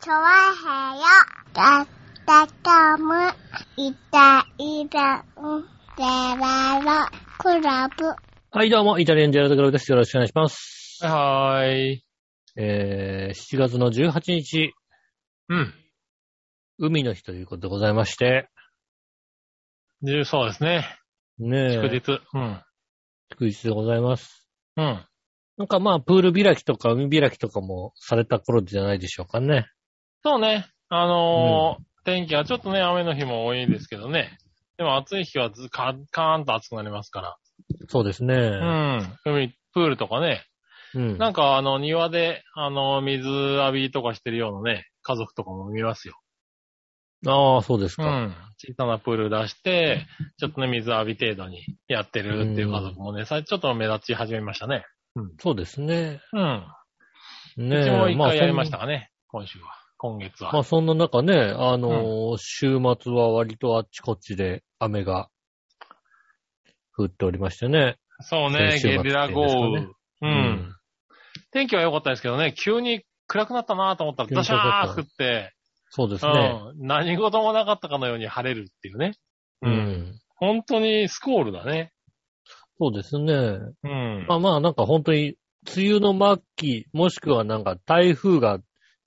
チョワヘヨだったかむいたいたんでららクラブはい、どうも、イタリアンジェラートクラブです。よろしくお願いします。はいはーい。えー、7月の18日、うん。海の日ということでございまして、でそうですね。ねえ、祝日。うん。祝日でございます。うん。なんかまあ、プール開きとか海開きとかもされた頃じゃないでしょうかね。そうね。あのー天気はちょっとね、雨の日も多いですけどね。でも暑い日はずカカーンと暑くなりますかそうですね。ら。うん。海、プールとかね。うん。なんかあの、庭で、あの、水浴びとかしてるようなね、家族とかも見ますよ。ああ、そうですうか。ん。小さなプール出して、ちょっとね、水浴び程度にやってるっていう家族もね、さちょっと目立ち始めましたね。そうですね。うん。ねうちも一まあ回やりましたかね、今週は。今月は。まあそんな中ね、あのー週末は割とあっちこっちで雨が降っておりましてね。そうね先、週末ゲリラ豪雨。ってうう。。ん天気は良かったですけどね、急に暗くなったなと思ったら、急にザシ暗くなャったーって降って、そうですうね。ん。何事もなかったかのように晴れるっていうね。う。うんん。本当にスコールだね。そうですね。うんま。あまあなんか本当に、梅雨の末期、もしくはなんか台風が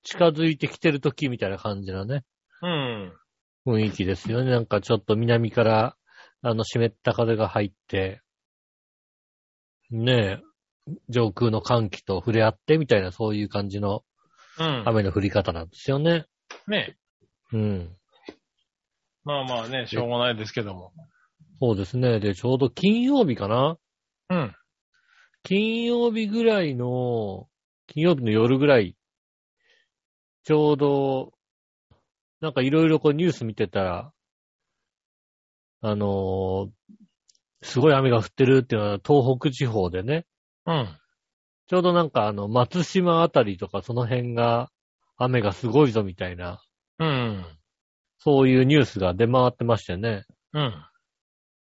近づいてきてる時みたいな感じのね、うん。雰囲気ですよね。なんかちょっと南から、あの、湿った風が入って、ねえ、上空の寒気と触れ合ってみたいな、そういう感じのうん。雨の降り方なんですよね。ね。うん。まあまあね、しょうがないですけども。そうですね。で、ちょうど金曜日かなうん。金曜日ぐらいの、金曜日の夜ぐらい、ちょうど、なんかいろいろこうニュース見てたら、あのーすごい雨が降ってるっていうのは東北地方でね、うん。ちょうどなんかあの松島あたりとかその辺が雨がすごいぞみたいな、うん。そういうニュースが出回ってましてね、うん。あ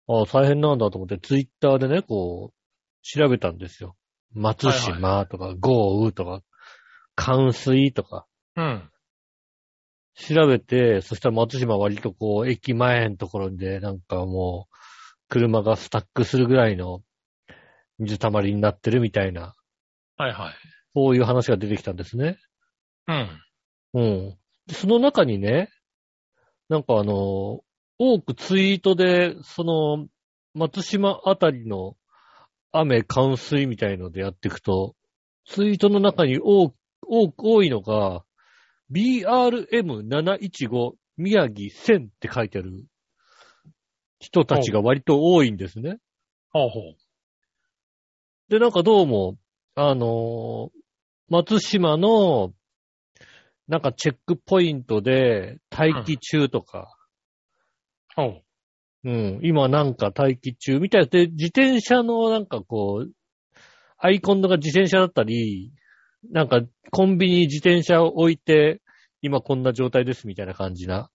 あ、大変なんだと思ってツイッターでね、こう、調べたんですよ。松島とか豪雨とか、冠水とか。うん。調べて、そしたら松島割とこう、駅前のところで、なんかもう、車がスタックするぐらいの水たまりになってるみたいな、はいはい。そういう話が出てきたんですね。うん。うん。でその中にね、なんかあの、多くツイートで、その、松島あたりの雨、冠水みたいのでやっていくと、ツイートの中に多く、多く、多いのが、BRM715 宮城線って書いてある人たちが割と多いんですね。ほうほう。で、なんかどうも、あのー松島の、なんかチェックポイントで待機中とか、ほう。うん、今なんか待機中みたいで、自転車のなんかこう、アイコンのが自転車だったり、なんかコンビニに自転車を置いて、今こんな状態ですみたいな感じな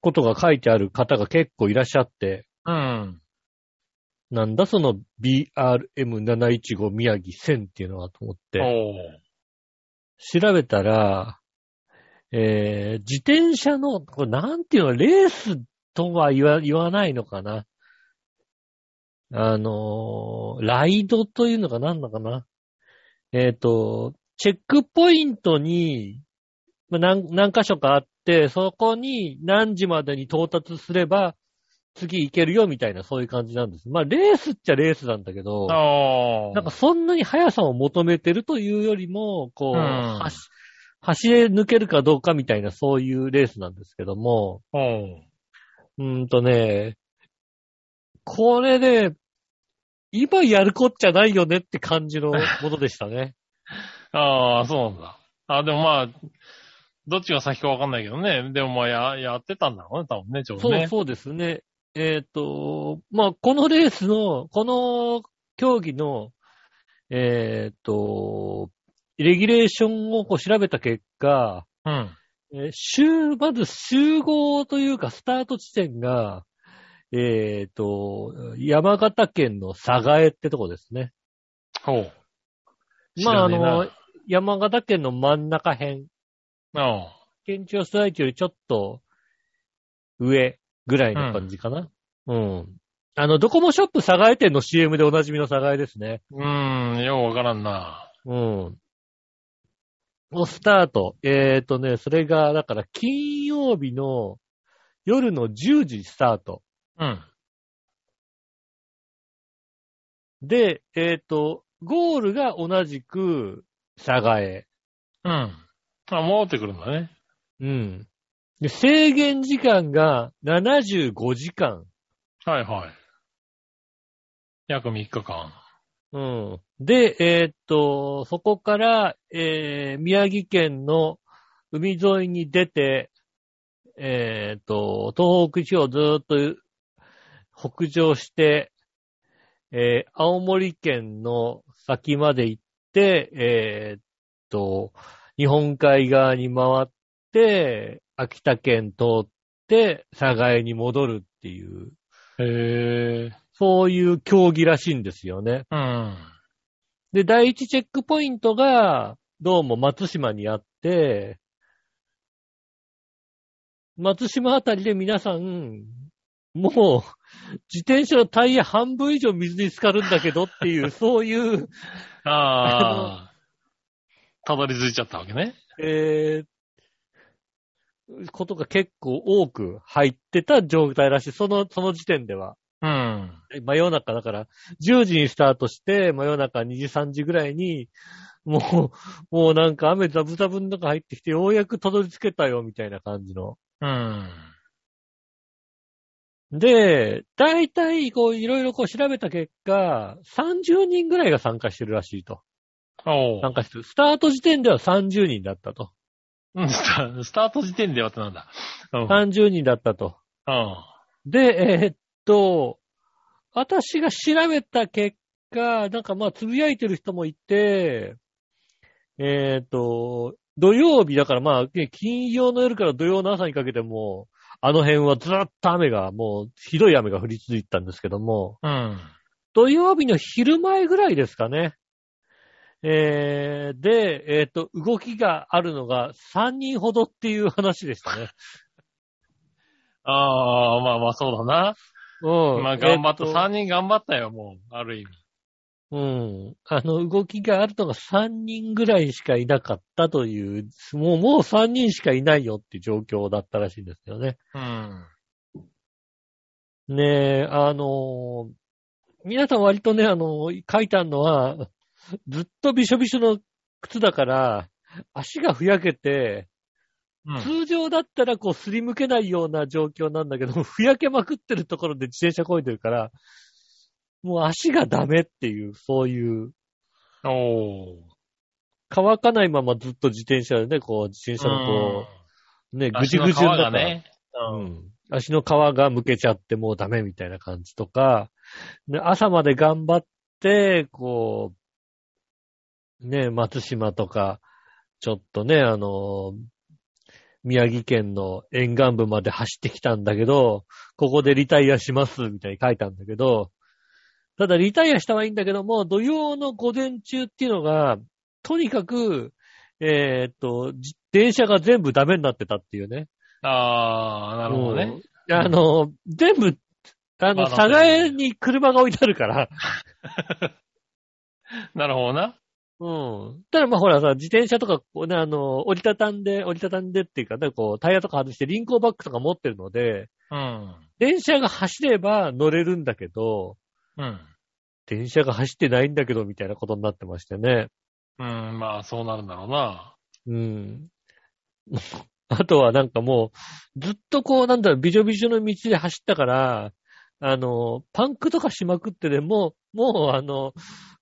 ことが書いてある方が結構いらっしゃって、うん。なんだその BRM715 宮城線っていうのはと思って。ほ調べたら、えー、自転車の、これなんていうの、レースとは言わ言わないのかな。あのーライドというのが何なのかな。えっ、と、チェックポイントに、まあ何、何箇所かあって、そこに何時までに到達すれば、次行けるよみたいな、そういう感じなんです。まあ、レースっちゃレースなんだけどう。。ほう。なんかそんなに速さを求めてるというよりも、こう、うんはし走れ抜けるかどうかみたいなそういうレースなんですけども、ほうーんとね、これで、今やるこっちゃないよねって感じのものでした ね。う。ああ、そうなんだ。あでもまあ、どっちが先かわかんないけどね。でもまあや、やってたんだろうね、多分ね、ちょうどそうね。そうですね。えっ、と、まあ、このレースの、この競技の、えっ、と、レギュレーションをこう調べた結果、うん。えー集、まず集合というか、スタート地点が、えっ、と、山形県の佐賀江ってとこですね。ほう。まあ、あ知らねえなの、山形県の真ん中辺あ県庁所在地よりちょっと上ぐらいの感じかな。うん。あの、ドコモショップ佐賀江店の CM でおなじみの佐賀江ですね。うーん、ようわからんな。うん。をスタート。えっ、ー、とね、それが、だから金曜日の夜の10時スタート。うん。で、えっ、と、ゴールが同じく佐賀江。うん。あ、戻ってくるんだね。うん。で、制限時間が75時間。はいはい。約3日間。うん。で、えーっと、そこから、えー、宮城県の海沿いに出て、えーっと、東北地方をずーっと北上して、えー、青森県の先まで行って、えーっと、日本海側に回って、秋田県通って、佐賀江に戻るっていう、へえ。そういう競技らしいんですよね。うん。で、第一チェックポイントが、どうも松島にあって、松島あたりで皆さん、もう、自転車のタイヤ半分以上水に浸かるんだけどっていう、そういう、ああ。 たどり着いちゃったわけね。えーことが結構多く入ってた状態らしい。その、その時点では。うん。真夜中だから、10時にスタートして、真夜中2時3時ぐらいに、もう、もうなんか雨ザブザブの中入ってきて、ようやくたどり着けたよ、みたいな感じの。うん。で、大体、こう、いろいろこう調べた結果、30人ぐらいが参加してるらしいと。おう参加してる。スタート時点では30人だったと。うんスタスタート時点ではってなんだ。うん。うん。 30人だったと。で、えーっと、私が調べた結果、なんかまあ、つぶやいてる人もいて、えーっと、土曜日だからまあ、金曜の夜から土曜の朝にかけても、あの辺はずらっと雨が、もう、ひどい雨が降り続いたんですけども、うん。土曜日の昼前ぐらいですかね。えー、で、えーっと、動きがあるのが3人ほどっていう話でしたね。ああ、まあまあ そうだな。うん。まあ頑張った、えーと3人頑張ったよ、もう、ある意味。うん。あの、動きがあるのが3人ぐらいしかいなかったという、もう、もう3人しかいないよっていう状況だったらしいんですよね。うん。ねえ、あのー皆さん割とね、あのー書いてあるのは、ずっとびしょびしょの靴だから、足がふやけて、うん。通常だったらこうすりむけないような状況なんだけど、ふやけまくってるところで自転車こいでるから、もう足がダメっていう、そういうおー。乾かないままずっと自転車でね、こう、自転車のこう、ね、ぐぐじじゅぐぐじじゅにながった、ね。うん。足の皮がむけちゃってもうダメみたいな感じとか、ね朝まで頑張って、こう、ね、松島とか、ちょっとね、あの、宮城県の沿岸部まで走ってきたんだけど、ここでリタイアします、みたいに書いたんだけど、ただリタイアしたはいいんだけども、土曜の午前中っていうのが、とにかく、えーっと、自電車が全部ダメになってたっていうね。ああ、なるほどね。うん。あの、全部、あまの、あ佐賀江に車が置いてあるから。なるほどな。うん。ただまあほらさ、自転車とか、こうね、あの、折りたたんで、折りたたんでっていうか、ね、こう、タイヤとか外して輪行バッグとか持ってるので、うん。電車が走れば乗れるんだけど、うん。電車が走ってないんだけど、みたいなことになってましてね。うん、まあそうなるんだろうな。うん。 あとはなんかもう、ずっとこう、なんだろう、びじょびじょの道で走ったから、あの、パンクとかしまくってでもう、もうあの、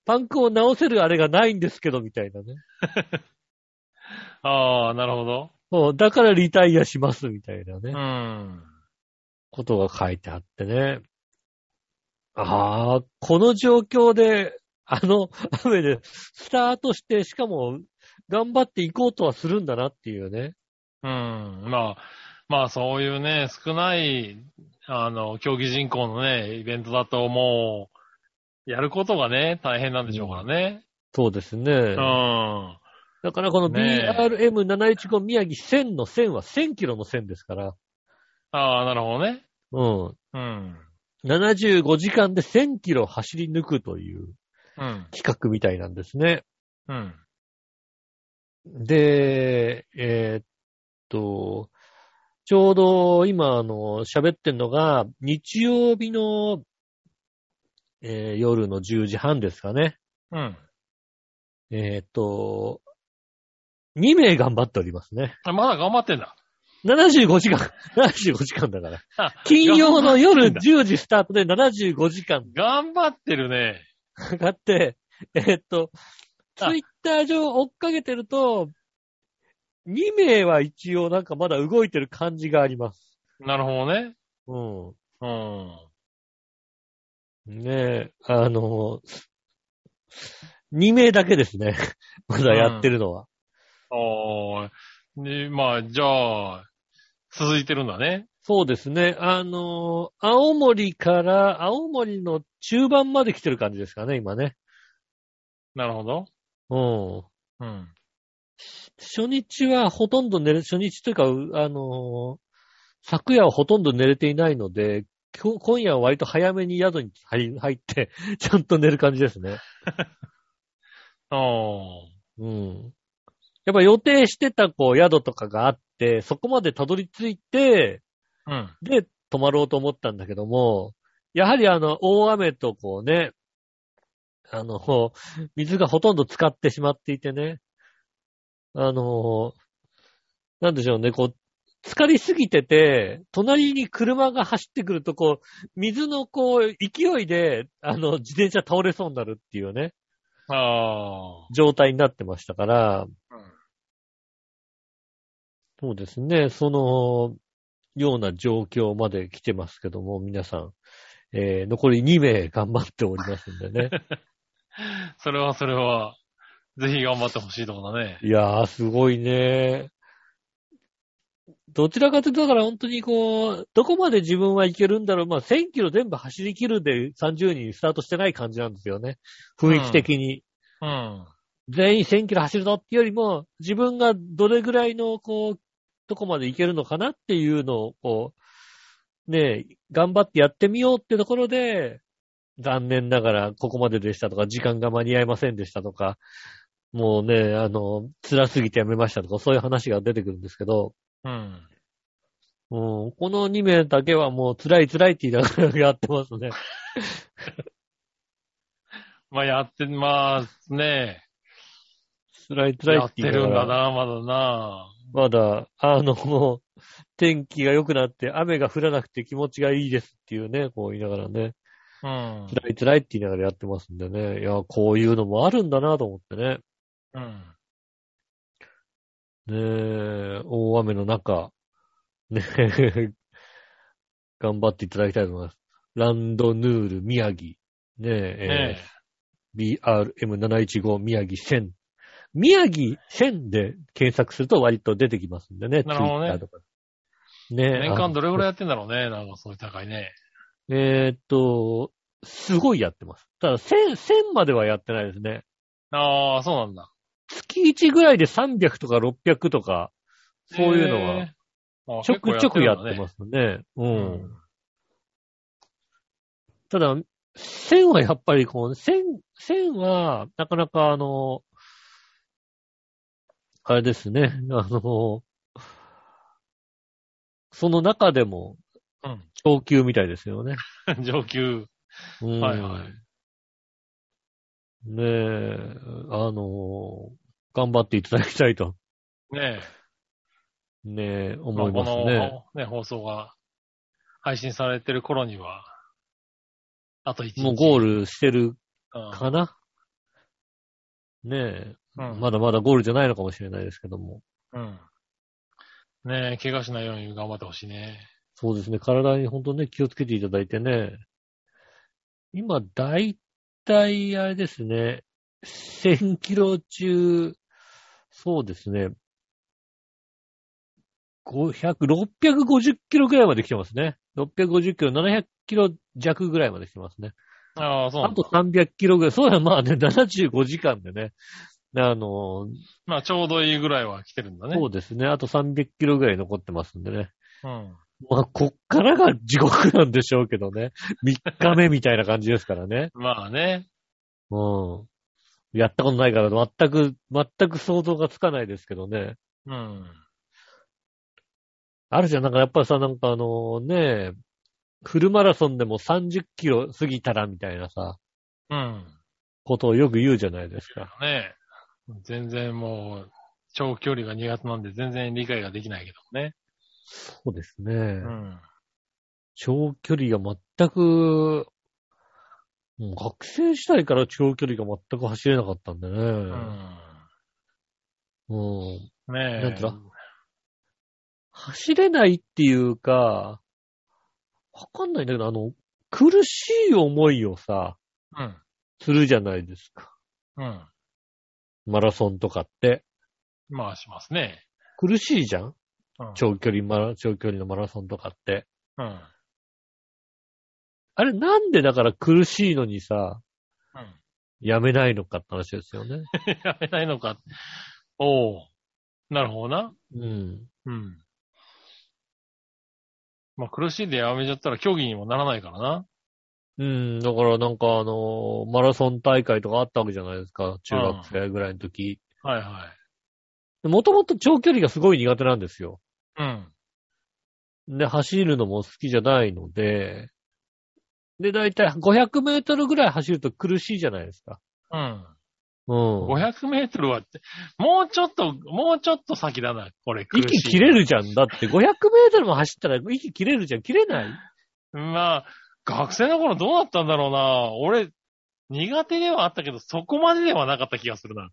パンクを直せるあれがないんですけど、みたいなね。ああ、なるほど。そう、だからリタイアします、みたいなね、うん。ことが書いてあってね。ああ、この状況で、あの、雨で、スタートして、しかも、頑張っていこうとはするんだなっていうね。うん。まあ、まあそういうね、少ない、あの、競技人口のね、イベントだともう、やることがね、大変なんでしょうからね。そうですね。うん。だからこのね BRM715 宮城1000の1000は1000キロの1000ですから、ああ、なるほどね。うん。うん。 75時間で1000キロ走り抜くといううん。企画みたいなんですね。うん。で、えーっと、ちょうど今、あの、喋ってんのが、日曜日の、えー夜の10時半ですかね。うん。えーっと、2名頑張っておりますね。あまだ頑張ってんだ。 75時間、75時間だから。あ金曜の夜頑張ってんだ10時スタートで75時間頑張ってるね。かかって、えーっと、ツあイッター上追っかけてると、2名は一応なんかまだ動いてる感じがあります。なるほどね。うん。うん。ねえ、あの、2名だけですね。 まだやってるのは。ああ、で、まあ、じゃあ、続いてるんだね。そうですね。あの、青森から、青森の中盤まで来てる感じですかね、今ね。なるほど。うん。うん。初日はほとんど寝れ、初日というか、うあのー昨夜はほとんど寝れていないので、今日今夜は割と早めに宿に入り入 って、ちゃんと寝る感じですね。ああ、うん。やっぱ予定してたこう宿とかがあって、そこまでたどり着いて、うん。で、泊まろうと思ったんだけども、やはりあの、大雨とこうね、あの、水がほとんど浸かってしまっていてね、あの、なんでしょうね、こう、浸かりすぎてて、隣に車が走ってくると、こう、水のこう、勢いで、あの、自転車倒れそうになるっていうね、ああ、状態になってましたから、うんそうですね、その、ような状況まで来てますけども、皆さん、えー残り2名頑張っておりますんで ね。それはそれは、ぜひ頑張ってほしいとこだね。いやー、すごいね。どちらかというと、だから本当にこう、どこまで自分はいけるんだろう。まあ、1000キロ全部走り切るで30人スタートしてない感じなんですよね。雰囲気的に。うん。全員1000キロ走るぞっていうよりも、自分がどれぐらいの、こう、どこまでいけるのかなっていうのを、こう、ねえ、頑張ってやってみようってところで、残念ながらここまででしたとか、時間が間に合いませんでしたとか、もうね、あの、辛すぎてやめましたとか、そういう話が出てくるんですけど、うん。うん、この2名だけはもう辛い辛いって言いながらやってますね。まあ、やって、まあ、ね辛い辛いやっってて言いなるんがだら。な、まだな。まだ、あの、もう、天気が良くなって、雨が降らなくて気持ちがいいですっていうね、こう言いながらね、うん。辛い辛いって言いながらやってますんでね、いや、こういうのもあるんだなと思ってね。うん。ねえ、大雨の中、ねえ、 頑張っていただきたいと思います。ランドヌール宮城、ねえねえー BRM715 宮城1000。宮城1000で検索すると割と出てきますんでね、なるほどね Twitter とかねええ。年間どれぐらいいやってんだろうね、なんかそういう高いね。えーっと、すごいやってます。ただ、1000、1000まではやってないですね。ああ、そうなんだ。月1ぐらいで300とか600とか、そういうのはえー。あちょくちょくやってす。ますね。う。。うんただ、1000はやっぱりこう、1000、1000は、なかなかあの、あれですね、 あの、その中でも、う昇級みたいですよね。ん。 上級。うんはいはい。ねえ、あの、頑張っていただきたいと、ねえ。ねえ、思いますまあね。この、ね、放送が配信されてる頃には、あと1日。もうゴール。ールしてるかな、ねえ、うんまだまだゴールじゃないのかもしれないですけども。うん。ねえ、怪我しないように頑張ってほしいね。そうですね、体に本当ね、気をつけていただいてね。今、だいたい、あれですね、1000キロ中、そうですね、500、650キロぐらいまで来てますね。650キロ、700キロ弱ぐらいまで来てますね。ああ、そうなあんとだ。 300キロぐらい。そうだ、まあね、75時間でね、あの、まあ、ちょうどいいぐらいは来てるんだね。そうですね。あと300キロぐらい残ってますんでね。うん。まあ、こっからが地獄なんでしょうけどね。3日目みたいな感じですからね。まあね。うん。やったことないから、全く、全く想像がつかないですけどね。うん。あるじゃん。なんかやっぱりさ、なんかあのね、フルマラソンでも30キロ過ぎたらみたいなさ、うん。ことをよく言うじゃないですか。ね全然もう、長距離が苦手なんで全然理解ができないけどね。そうですね。うん。長距離が全く、もう学生時代から長距離が全く走れなかったんでね。ううん。ん。ねえ。なんていう走れないっていうか、わかんないんだけど、あの、苦しい思いをさ、うん。するじゃないですか。うん。マラソンとかって。まあしますね。苦しいじゃんうん。長距離マラ、長距離のマラソンとかって。うん。あれなんでだから苦しいのにさ、うん。やめないのかって話ですよ ね。やめないのか。おお。なるほどな。うん。うん。まあ、苦しいでやめちゃったら競技にもならないからな。うん、だからなんかあのーマラソン大会とかあったわけじゃないですか、中学生ぐらいの時。はいはもともと長距離がすごい苦手なんですよ。い。うん。で、走るのも好きじゃないので、で、だいたい500メートルぐらい走ると苦しいじゃないですか。うん。うん。 500メートルはって、もうちょっと、もうちょっと先だな、これ。苦しい息切れるじゃん。だって500メートルも走ったら息切れるじゃん。切れないまあ、学生の頃どうだったんだろうな。俺、苦手ではあったけど、そこまでではなかった気がするな。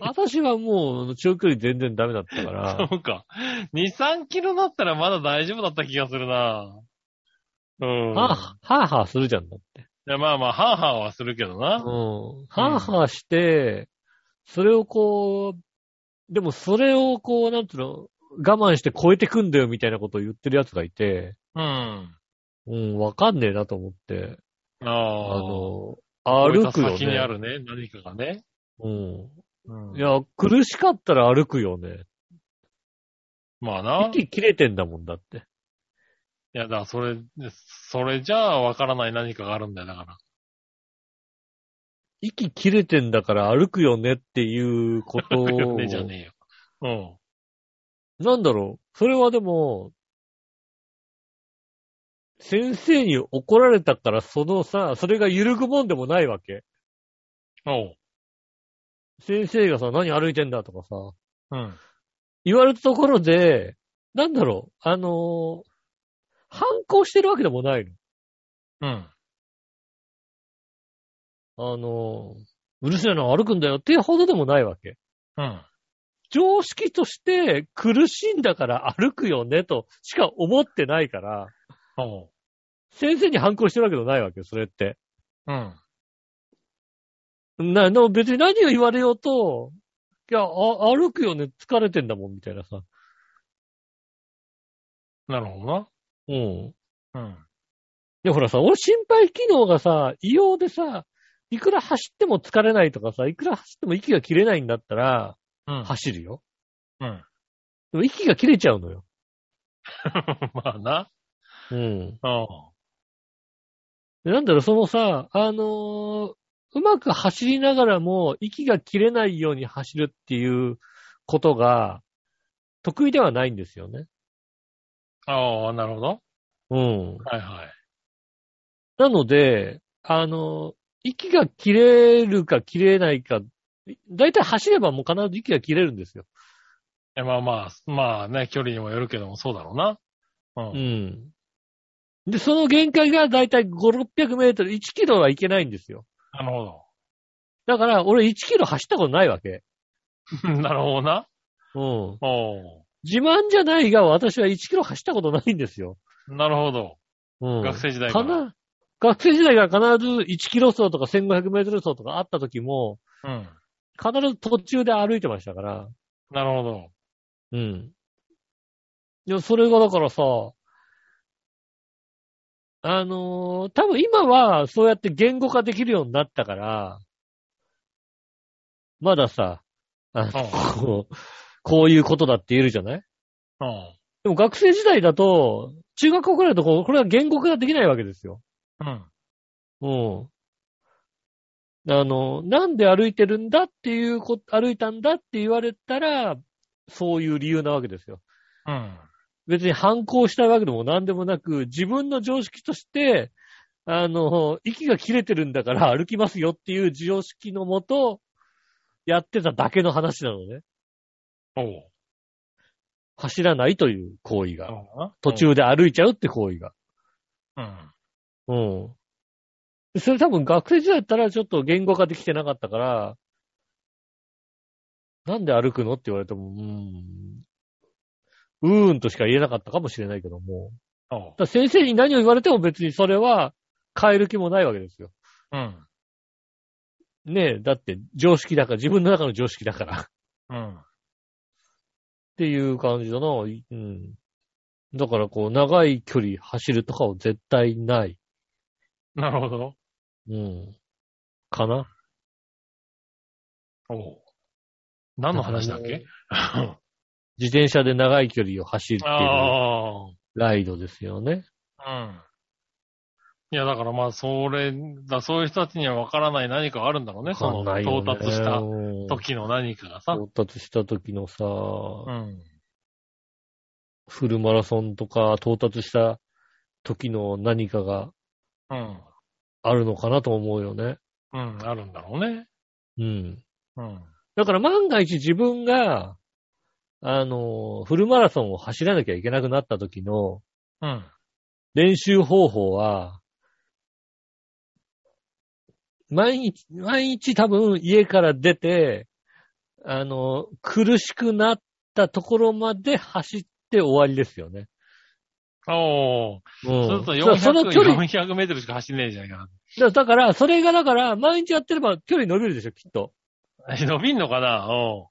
私はもう長距離全然ダメだったから。 そうか。2、3キロだったらまだ大丈夫だった気がするな。うん。はぁ、はぁはぁするじゃんだって。いやまあまあ、ハーハーはするけどうな。ん。はぁはぁして、それをこう、でもそれをこう、なんつうの、我慢して超えてくんだよみたいなことを言ってる奴がいて、うん。うん、わかんねえなと思って、あああ。の、越え歩たくよ先にあね。るね、何かがね。うん。うんいや、苦しかったら歩くよね。まあな。い息切れてんだもんだって。や、だからそれ、それじゃあわからない何かがあるんだよ、だか息切れてんだから歩くよねっていう ことら。を。ねじゃねえよ。なんだろう。それはでも、先生に怒られたから、そのさ、それが揺るぐもんでもないわけ。うん。おう。先生がさ、何歩いてんだとかさ、うん。言われたところで、なんだろう、あのー反抗してるわけでもないうん。の。あのーうるせえな、歩くんだよっていうほどでもないわけ。うん。常識として苦しいんだから歩くよねとしか思ってないから、おう。先生に反抗してるわけでもないわけよ、それって。うん。な、の別に何を言われようと、いや、あ歩くよね、疲れてんだもん、みたいなさ。なるほどうん。いな。うん。や、ほらさ、俺心肺機能がさ、異様でさ、いくら走っても疲れないとかさ、いくら走っても息が切れないんだったら、うん。走るよ。うん。でも息が切れちゃうのよ。 まあな。うん。うん。でなんだろう、そのさ、あのーうまく走りながらも、息が切れないように走るっていうことが、得意ではないんですよね。ああ、なるほど。うん。はいはい。なので、あの、息が切れるか切れないか、だいたい走ればもう必ず息が切れるんですよ。え、まあまあ、まあね、距離にもよるけども、そうだろうな。う。うんん。で、その限界がだいたい5、600メートル、1キロはいけないんですよ。なるほど。だから、俺1キロ走ったことないわけ。 なるほどな。うん。おう。自慢じゃないが、私は1キロ走ったことないんですよ。なるほど。うん。学生時代か。からな学生時代から必ず1キロ走とか1500メートル走とかあった時も、うん。必ず途中で歩いてましたから。なるほど。うん。いや、それがだからさ、あのー多分今はそうやって言語化できるようになったから、まださ、 あの、うこう、こういうことだって言えるじゃないうん。でも学生時代だと、中学校くらいだとこう、これは言語化ができないわけですよ。うん。うん。あの、なんで歩いてるんだっていうこ歩いたんだって言われたら、そういう理由なわけですよ。うん。別に反抗したわけでも何でもなく、自分の常識として、あの、息が切れてるんだから歩きますよっていう常識のもと、やってただけの話なのね。おう。走らないという行為が。そうな途。中で歩いちゃうって行為が。うん。うん。それ多分学生時代だったらちょっと言語化できてなかったから、なんで歩くのって言われても、うーん。うーんとしか言えなかったかもしれないけども。おだうから先生に何を言われても別にそれは変える気もないわけですよ。うん。ねえ、だって常識だから、自分の中の常識だからっうん。ていう感じだな。うん。だからこう、長い距離走るとかは絶対ない。なるほど。うん。かなおう。何の話だっけあ 自転車で長い距離を走っているあ。ライドですよね。うん。いや、だからまあ、それ、だそういう人たちには分からない何かがあるんだろうね。その、わかんないよ到ね達したうん時の何かがさ。到達した時のさ、うん。フルマラソンとか到達した時の何かがうん。あるのかなと思うよね。うん、あるんだろうね。うん。うん。だから万が一自分が、あの、フルマラソンを走らなきゃいけなくなった時のうん。練習方法は、毎日、毎日多分家から出て、あの、苦しくなったところまで走って終わりですよね。おー。うんそうするだかとらその距離、 400、400メートルしか走んねえじゃんか。だだから、それがだから、毎日やってれば距離伸びるでしょ、きっと。伸びんのかなおう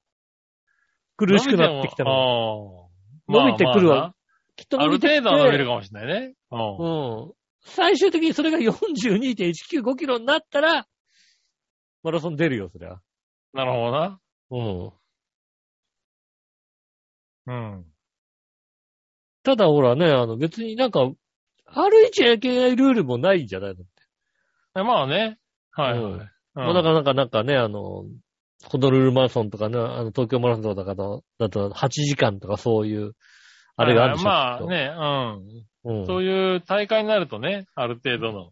苦しくなってきたの。の。伸びてくるわ。きっとまあま伸びあなあるてきて程度は伸びるかもしれないね。おううん。最終的にそれが42.195キロになったら、マラソン出るよ、そりゃ。なるほどな。うん。うん。ただほらね、あの別になんか、歩いちゃいけないルールもないんじゃないの、えまあね。はいはい。うんうんもうだからなんか、なんかね、あの、ホノルルマラソンとかね、あの東京マラソンとかのだと8時間とかそういう、あれがあるでしょ。はいきっとはいまあね、うん。うん。そういう大会になるとね、ある程度の、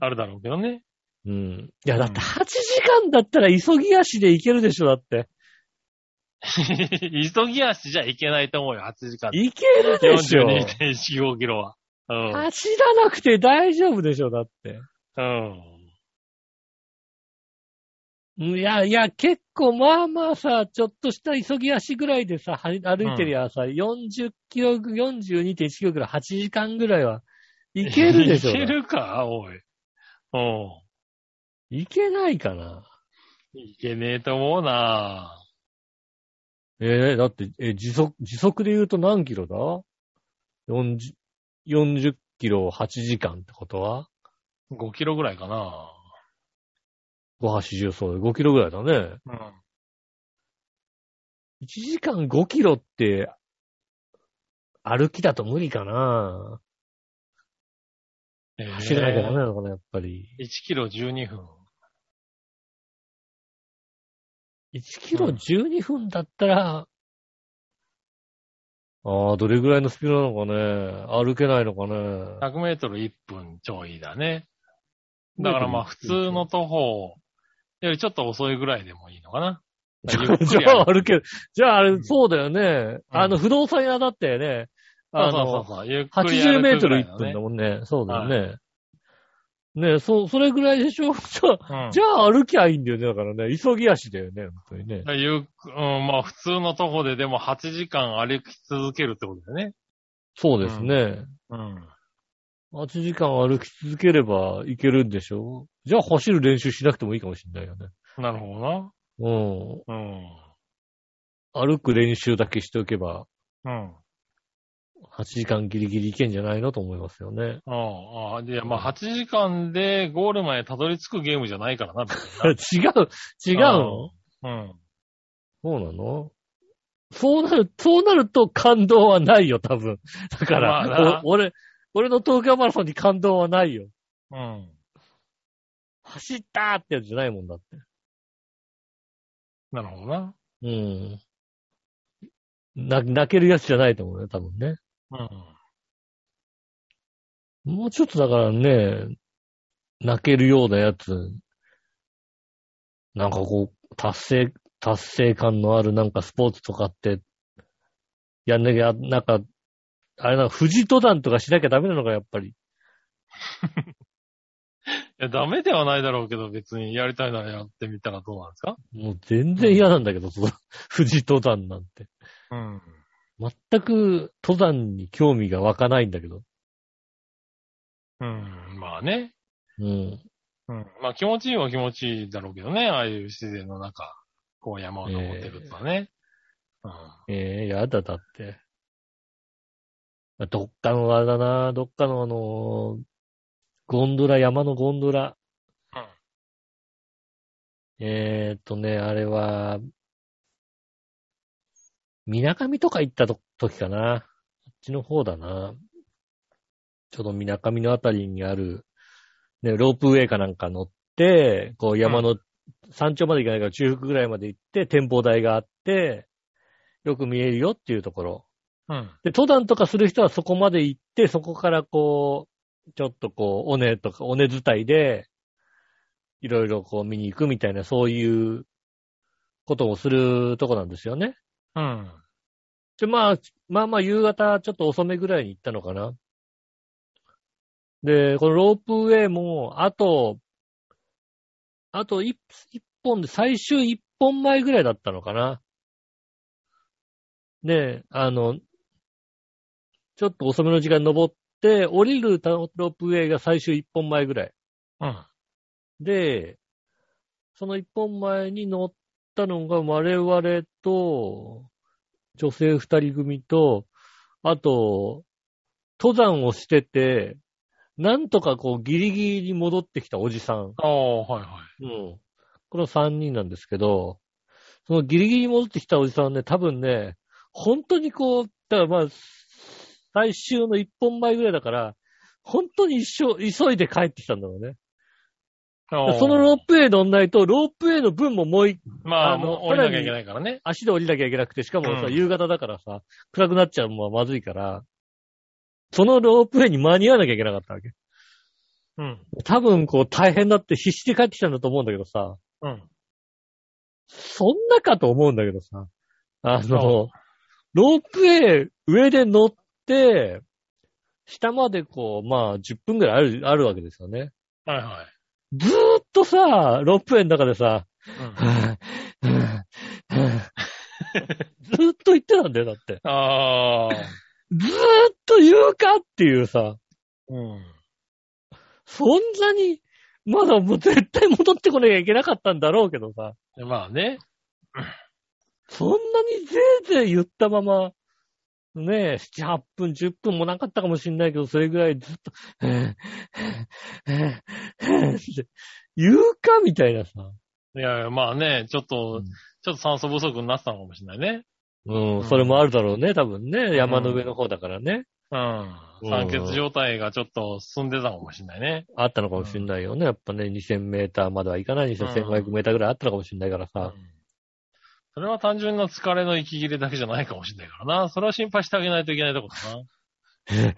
あるだろうけどね。 うん。いや、だって8時間だったら急ぎ足で行けるでしょ、だって。急ぎ足じゃいけないと思うよ、8時間。行けるでしょ。 42.195キロは。うん。走らなくて大丈夫でしょ、だって。うん。いや、いや、結構、まあまあさ、ちょっとした急ぎ足ぐらいでさ、は歩いてりゃさ、40キロ、42.1キロぐらい、8時間ぐらい は、いけるでしょ。いけるか、おい。うん。いけないかな。いけねえと思うなえーだって、えー時速、時速で言うと何キロだ ?40、40キロを8時間ってことは5キロぐらいかな ?580、そう、5キロぐらいだね。うん。 1時間5キロって、歩きだと無理かな。えー走らなきゃダメなのかな、やっぱり。 1キロ12分。 1キロうん12分だったら、ああ、どれぐらいのスピードなのかね。歩けないのかね。 100メートル1分ちょいだね。だからまあ普通の徒歩よりちょっと遅いぐらいでもいいの かな。 じゃゆっくりあ歩く歩ける。じゃああうれ、んそうだよね。うんあの、不動産屋だったよね。あそうそうの、そうそう。ゆっくり80歩メーくトぐルらい1の分ねだもんね。そうだよね。ねえ、そう、それぐらいでしょ じゃあうんじゃあ歩きゃいいんだよね。だからね、急ぎ足だよね、本当にね。ゆっくうん、まあ普通の徒歩ででも8時間歩き続けるってことだよね。そうですね。うん。 8時間歩き続ければいけるんでしょじゃあ走る練習しなくてもいいかもしれないよね。なるほどな。うん。うん。歩く練習だけしておけば、うん。 8時間ギリギリいけんじゃないのと思いますよね。 ああ、で、まあ、8時間でゴールまでたどり着くゲームじゃないからな、別に違う、違うなの うん。そうなのそうなる、そうなると感動はないよ、多分。だから、まあなお俺、俺の東京マラソンに感動はないよ。うん。走ったーってやつじゃないもんだって。なるほどな。うん。な、泣けるやつじゃないと思うよ、多分ね。うん。もうちょっとだからね、泣けるようなやつ、なんかこう、達成、達成感のあるなんかスポーツとかって、やんなきゃ、なんか、あれな、富士登山とかしなきゃダメなのか、やっぱり。いや、ダメではないだろうけど、別にやりたいならやってみたらどうなんですかもう全然嫌なんだけど、その、富士登山なんて。うん。全く登山に興味が湧かないんだけど。うん、まあね。うん。うん。まあ気持ちいいは気持ちいいだろうけどね、ああいう自然の中、こう山を登ってるとかね。ええやだ、だって。どっかのあれだな、どっかのあのーゴンドラ、山のゴンドラ。うんえーっとね、あれは、水上とか行ったと時かな。あっちの方だな。ちょうど水上のあたりにある、ね、ロープウェイかなんか乗って、こう山の、山頂まで行かないから中腹ぐらいまで行って、展望台があって、よく見えるよっていうところ。うん。うん。で、登山とかする人はそこまで行って、そこからこう、ちょっとこう、尾根とか、尾根伝いで、いろいろこう見に行くみたいな、そういうことをするとこなんですよね。うん。で、まあ、まあまあ、夕方、ちょっと遅めぐらいに行ったのかな。で、このロープウェイも、あと、あと一一本で、最終一本前ぐらいだったのかな。で、あの、ちょっと遅めの時間に登って、降りるロープウェイが最終一本前ぐらい。うん。で、その一本前に乗ったのが我々と、女性二人組と、あと、登山をしてて、なんとかこうギリギリに戻ってきたおじさん。ああ、はいはい。うん。この三人なんですけど、そのギリギリに戻ってきたおじさんはね、多分ね、本当にこう、だからまあ、最終の一本前ぐらいだから、本当に一生、急いで帰ってきたんだろうね。ああそのロープウェイ乗んないと、ロープウェイの分ももう一まああ、のもう降りなきゃいけないからね。足で降りなきゃいけなくて、しかもさ、うん夕方だからさ、暗くなっちゃうのはまずいから、そのロープウェイに間に合わなきゃいけなかったわけ。うん。多分こう大変だって必死で帰ってきたんだと思うんだけどさ、うん。そんなかと思うんだけどさ、あその、ロープウェイ上で乗って、下までこう、まあ10分ぐらいある、あるわけですよね。はいはい。ずーっとさ、ロープウェイの中でさ、うんはぁはぁはぁずーっと言ってたんだよ、だって。ああ。ずーっと言うかっていうさ、うん。そんなに、まだもう絶対戻ってこなきゃいけなかったんだろうけどさ、でまあね。そんなにぜいぜい言ったまま、ねえ、7、8分、10分もなかったかもしんないけど、それぐらいずっと、えーえーえーって言うかみたいなさ。いやいや、まあね、ちょっと、うんちょっと酸素不足になってたのかもしれないね。うんん、それもあるだろうね、多分ね。山の上の方だからね。う。うんん酸欠状態がちょっと進んでたのかもしれないね。あったのかもしれないよね。やっぱね、2000メーターまではいかないにしろ、うん1500メーターぐらいあったのかもしれないからうさ。 んそれは単純な疲れの息切れだけじゃないかもしれないからな。それは心配してあげないといけないとこ だな。うんへ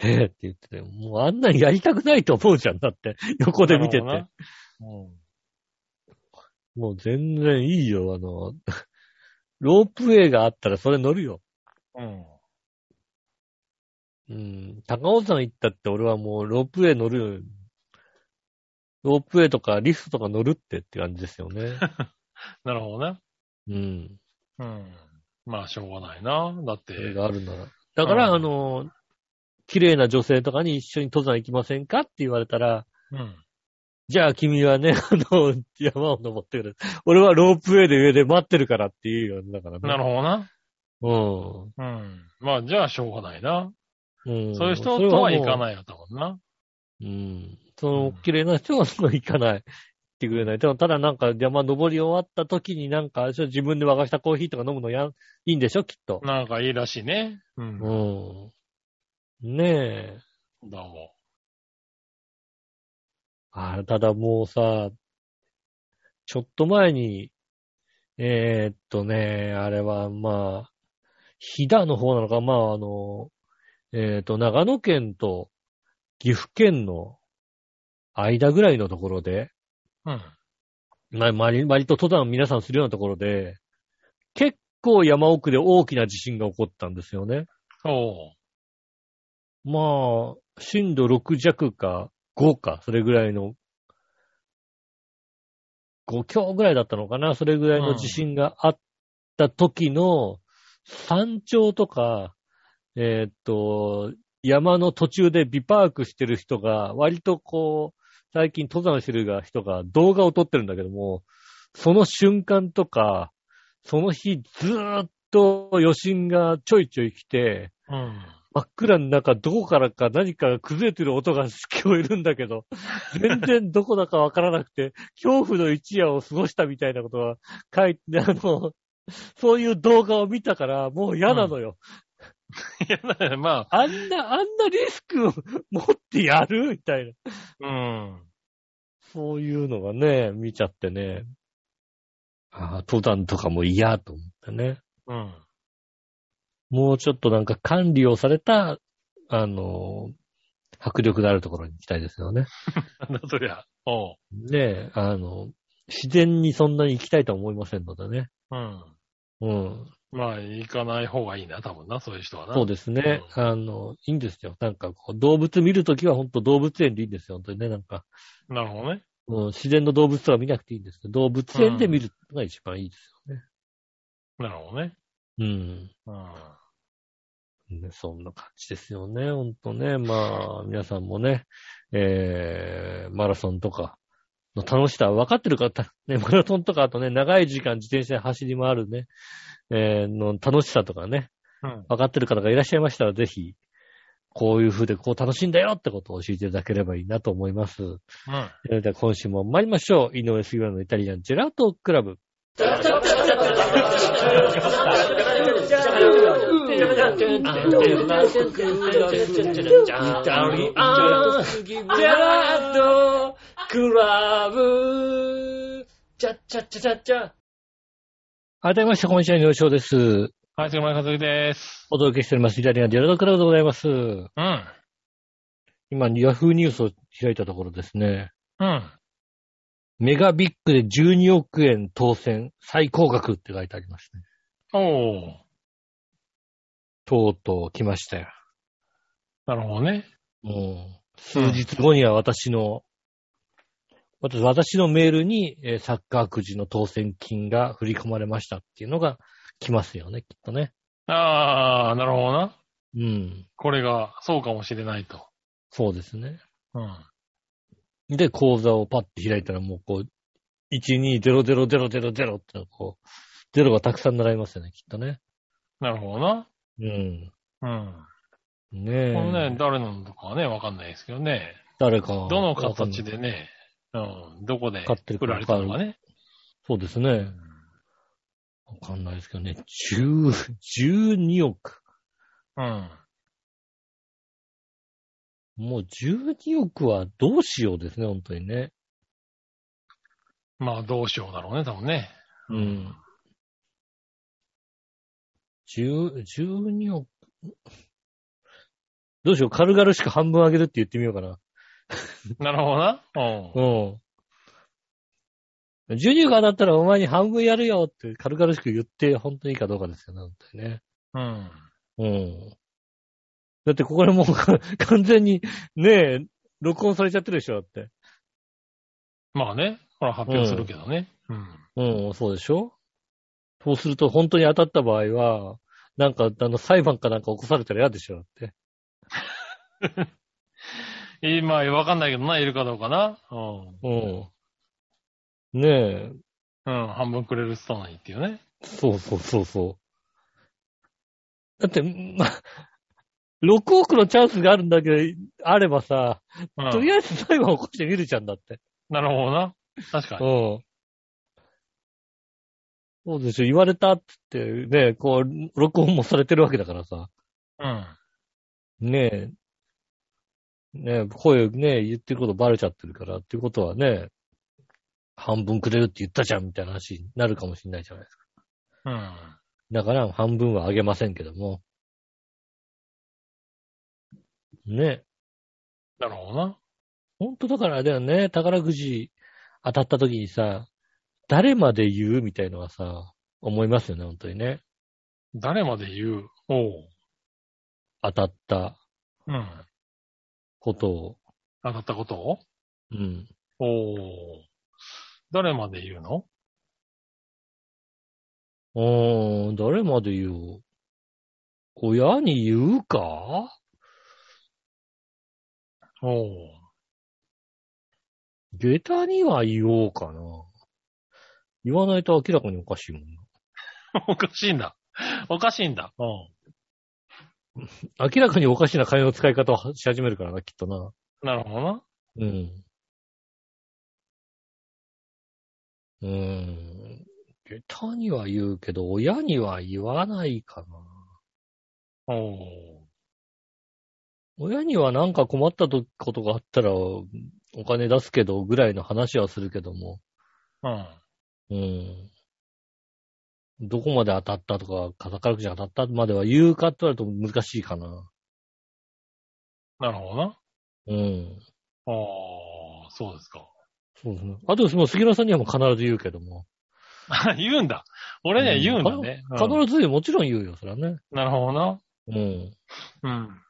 えって言ってて、もうあんなんやりたくないと思うじゃん。だって、 横で見てて。なるほもう全然いいよ、あの、 ロープウェイがあったらそれ乗るよ。どなうん。うん。うん。高尾山行ったって俺はもうロープウェイ乗る。ロープウェイとかリフトとか乗るってって感じですよ ね。なるほどね。うん。うん。まあ、しょうがないな。だってそ、れがあるなら。だから、うんあの、綺麗な女性とかに一緒に登山行きませんかって言われたら、うん。じゃあ君はね、 あの、山を登ってくれ。俺はロープウェイで上で待ってるからっていうよね。だからね。なるほどな。うん。うん。まあ、じゃあ、しょうがないな。うんそういう人とはいかい。ないよ、多分な。うん。その、綺麗な人はその行かない。ってくれない。でもただなんか、じゃあまあ登り終わった時になんか、自分で沸かしたコーヒーとか飲むのや、いいんでしょきっと。なんかいいらしいね。うん。どうん。ねえ。うも。あただもうさ、ちょっと前に、えーっとね、あれはまあ、飛騨の方なのか、まああの、えーっと、長野県と岐阜県の間ぐらいのところで、うん。まあ、割割と登山皆さんするようなところで、結構山奥で大きな地震が起こったんですよね。そまあ、震度6弱か5か、それぐらいの、5強ぐらいだったのかな、それぐらいの地震があった時の、山頂とか、えーっと、山の途中でビパークしてる人が、割とこう、最近登山してるが人が動画を撮ってるんだけども、その瞬間とか、その日ずーっと余震がちょいちょい来て、う。うん。真っ暗の中、どこからか何かが崩れてる音が聞こえるんだけど、全然どこだかわからなくて、恐怖の一夜を過ごしたみたいなことは書いて、あの、そういう動画を見たから、もう嫌なのよ。いや、だから まあんな、あんなリスクを持ってやるみたいな。あ、うん。そういうのがね、見ちゃってね。ああ、登山とかも嫌と思ってね。うん。もうちょっとなんか管理をされた、あの、迫力のあるところに行きたいですよね。なんだそりゃ。おう。ねえ、あの、自然にそんなに行きたいとは思いませんのでね。うん。うん。まあ、行かない方がいいな、多分な、そういう人はな。そうですね。あの、いいんですよ。なんかこう、動物見るときは本当動物園でいいんですよ。本当にね、なんか、なるほどね。うん、自然の動物とか見なくていいんですけど、動物園で見るのが一番いいですよね。なるほどね。うん。うん。ねそんな感じですよね。ほんとね。まあ、皆さんもね、えー、マラソンとかの楽しさは分かってるから、たね、マラソンとかあとね、長い時間自転車で走り回るね、えー、の楽しさとかね、うん。分かってる方がいらっしゃいましたら、ぜひ、こういう風でこう楽しいんだよってことを教えていただければいいなと思います。うん。それでは今週も参りましょう。井上杉村のイタリアンジェラートクラブ。改めまして、こんにちは、井上翔です。はい、すぐまかずきです。お届けしております。イタリアンジェラートクラブでございます。うん。今、ヤフーニュースを開いたところですね。うん。メガビッグで12億円当選、最高額って書いてありますね。おう。とうとう来ましたよ。なるほどね。もう、数日後には私の、私私のメールに、えーサッカーくじの当選金が振り込まれましたっていうのが来ますよね、きっとね。ああ、なるほどな。うん。これが、そうかもしれないと。そうですね。うん。で、口座をパッて開いたらもうこう、1200000ってのこう、ゼロがたくさん並びますよね、きっとね。なるほどな。うん。うん。ねえ。このね、誰なのとかはね、わかんないですけどね。誰か。どの形でね、うん、どこで買ってるか売られたのかね。そうですね。わかんないですけどね。10 12億。うん。もう12億はどうしようですね、本当にね。まあ、どうしようだろうね、多分ね。うん。10 12億。どうしよう、軽々しく半分あげるって言ってみようかな。なるほどな。うん。うん。12億当たったらお前に半分やるよって軽々しく言って本当にいいかどうかですよね、本当にね。うん。うん。だってここでもう 完全に、ねえ、録音されちゃってるでしょ、だって。まあね、ほら発表するけどね。うん。うん、そうでしょそうすると本当に当たった場合は、なんか、あの、裁判かなんか起こされたら嫌でしょ、だって。今、わかんないけどな、いるかどうかな。うん。うん。ねうん、半分くれる人なのにっていうね。え、そうそうそうそう。だって、ま、6億のチャンスがあるんだけど、あればさ、うとん。りあえず裁判起こしてみるじゃんだって。なるほどな。確かに。うん。そうですよ。言われたっつって、ね、こう、録音もされてるわけだからさ。うん。ねえ。ねえ、声ね、言ってることバレちゃってるから、っていうことはね、半分くれるって言ったじゃん、みたいな話になるかもしれないじゃないですか。うん。だから、半分はあげませんけども。ねえ。なるほどな。ほんとだからあれだよね、宝くじ当たった時にさ、誰まで言うみたいのはさ、思いますよね、本当にね。誰まで言うおう。当たったうん。ことを。当たったことをうん。おお。誰まで言うのうーん、誰まで言う親に言うかおお。下駄には言おうかな。言わないと明らかにおかしいもんな。 おかしいんだ。おかしいんだ。うん。明らかにおかしな金の使い方をし始めるからな、きっとな。なるほどな。うん。うーん。下手には言うけど、親には言わないかな。おお。親にはなんか困ったとことがあったら、お金出すけど、ぐらいの話はするけども、うん。うん。どこまで当たったとか、肩からくじ当たったまでは言うかって言われると難しいかな。なるほどな。うん。おお。そうですか。 そうですね。あと、その杉野さんにはもう必ず言うけども。言うんだ。俺ね、うん言うんだね。うん必ずもちろん言うよ、それはね。なるほどな。うん。うん。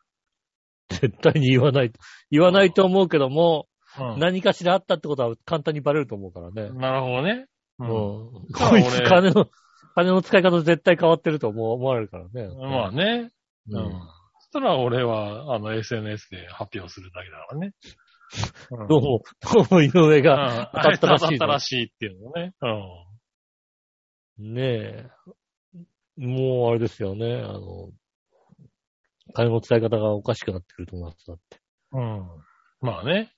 絶対に言わない。言わないと思うけども、うん何かしらあったってことは簡単にバレると思うからね。なるほどね。ううんん。からこい俺つ金の、金の使い方絶対変わってると思う思われるからね。まあね。ううん。そしたら俺は、あの、SNS で発表するだけだからね。うんどうも、どうも井上うんが、あ当たれった当らしいたのったらしいっていうのね。うん。ねえ、もうあれですよね、あの、金の使い方がおかしくなってくると思います。だって。うん。まあね。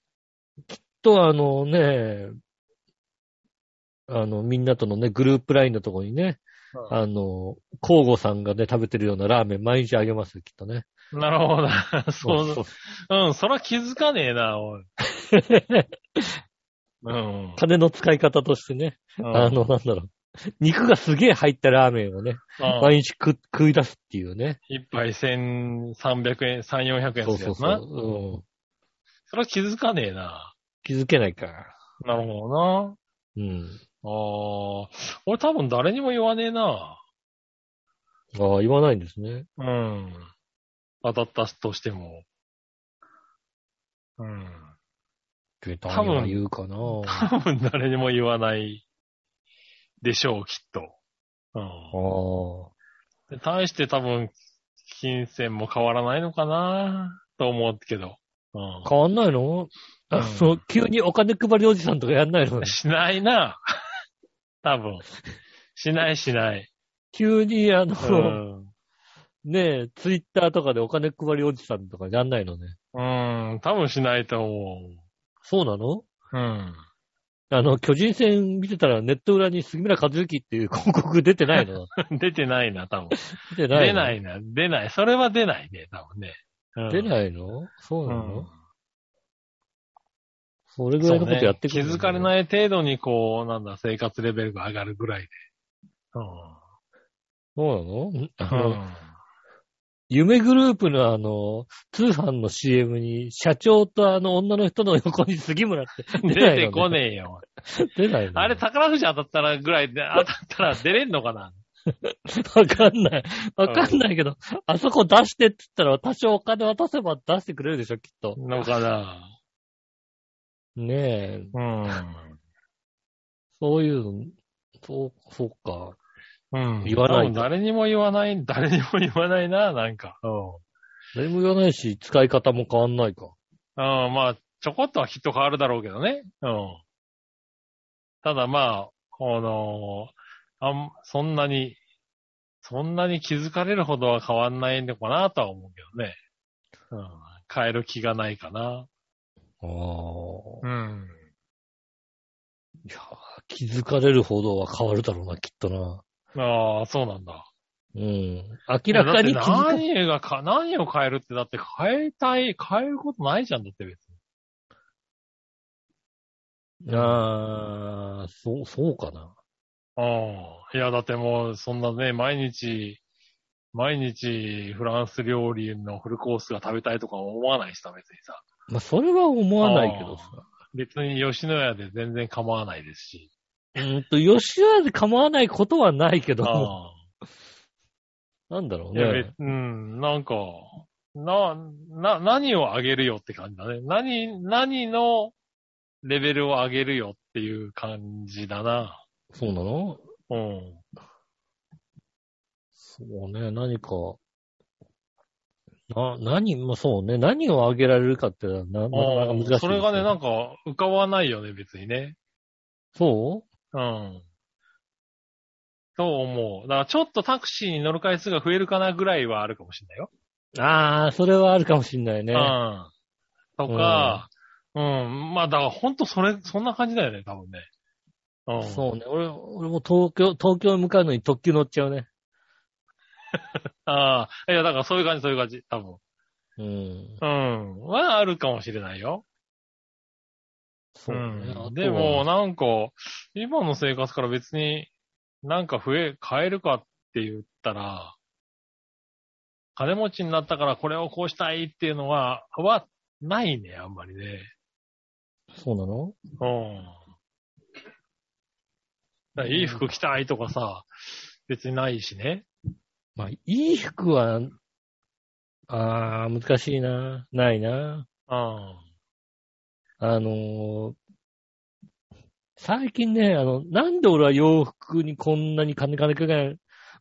と、あのね、あの、みんなとのね、グループラインのとこにね、あの、交互さんがね、食べてるようなラーメン毎日あげますよ、きっとね。なるほどな。そう、うん、そら気づかねえな、おい。 うん。金の使い方としてね、あの、なんだろう。肉がすげえ入ったラーメンをね、うん、毎日食食い出すっていうね。一杯1300円、3400円そうするそやうそうつな。。うん、そら気づかねえな。気づけないから。なるほどな。うん。ああ、俺多分誰にも言わねえな。ああ、言わないんですね。うん。当たったとしても。うん。多分言うか な。あ多分誰にも言わないでしょう、きっと。うん。あ。で対して多分、金銭も変わらないのかなと思うけど。う変わんないの、うんあ そう、急にお金配りおじさんとかやんないのん。しないな 多分。しないしない。急に、あうの、ん。ねえ、ツイッターとかでお金配りおじさんとかやんないのね。うん。多分しないと思そうなのう。うん。あの、巨人戦見てたらネット裏に杉村和之っていう広告出てない の 出てないな、多分。出てない出のないな。出ない。それは出ないね、多分ね。うん出ないのそううなの、ん。それぐらいのことやってくそうね気づかれい。ない程度に、こう、なんだ、生活レベルが上がるぐらいで。そうなのあうの、ん。うん。夢グループのあの、通販の CM に社長とあの女の人の横に杉村 って 出出ないのねてこねえよ。出ないのあれ、宝くじ当たったらぐらいで、当たったら出れんのかなわかんない。わかんないけど、あそこ出してって言ったら、多少お金渡せば出してくれるでしょ、きっと。のかなねえ、うそういうの、そう、そうか。ん。うん。言わない多分誰にも言わない、誰にも言わないな、なんか。うん。何も言わないし、使い方も変わんないか。うん、まあ、ちょこっとはきっと変わるだろうけどね。うん。ただまあ、この、あん、そんなに、そんなに気づかれるほどは変わんないのかなとは思うけどね。うん。変える気がないかな。ああ。うん。いやー気づかれるほどは変わるだろうな、きっとな。ああ、そうなんだ。うん。明らかに気づだってか何がか、何を変えるって、だって変えたい、変えることないじゃん、だって別に。ああ、そう、そうかな。うん。いや、だってもう、そんなね、毎日、毎日、フランス料理のフルコースが食べたいとか思わないしさ、別にさ。まあ、それは思わないけどさ。別に吉野家で全然構わないです し。うーんと、吉野家で構わないことはないけど、ああ。なんだろういや、別ね。うん、なんか、な、な、何を上げるよって感じだね。何、何のレベルを上げるよっていう感じだな。そうなのうん。そうね、何か。な、何、まあ、そうね、何をあげられるかってのはな、なかなか難しいですうね、んそれがね、なんか浮かばないよね、別にね。そうん。と思う。だからちょっとタクシーに乗る回数が増えるかなぐらいはあるかもしれないよ。うああ、それはあるかもしんないね。うん。とか、うん。まあ、だからほんとそれ、そんな感じだよね、多分ね。うん。そうね、俺、俺も東京、東京に向かうのに特急乗っちゃうね。ああ、いや、だからそういう感じ、そういう感じ、多分。うん。うん。はあるかもしれないよ。そううね。あとはん。でも、、なんか、今の生活から別になんか増え、変えるかって言ったら、金持ちになったからこれをこうしたいっていうのは、は、ないね、あんまりね。そうなのうん。だからいい服着たいとかさ、別にないしね。まあ、いい服は、ああ、難しいな。ないな。うん。あのー最近ね、あの、なんで俺は洋服にこんなに金金かけない、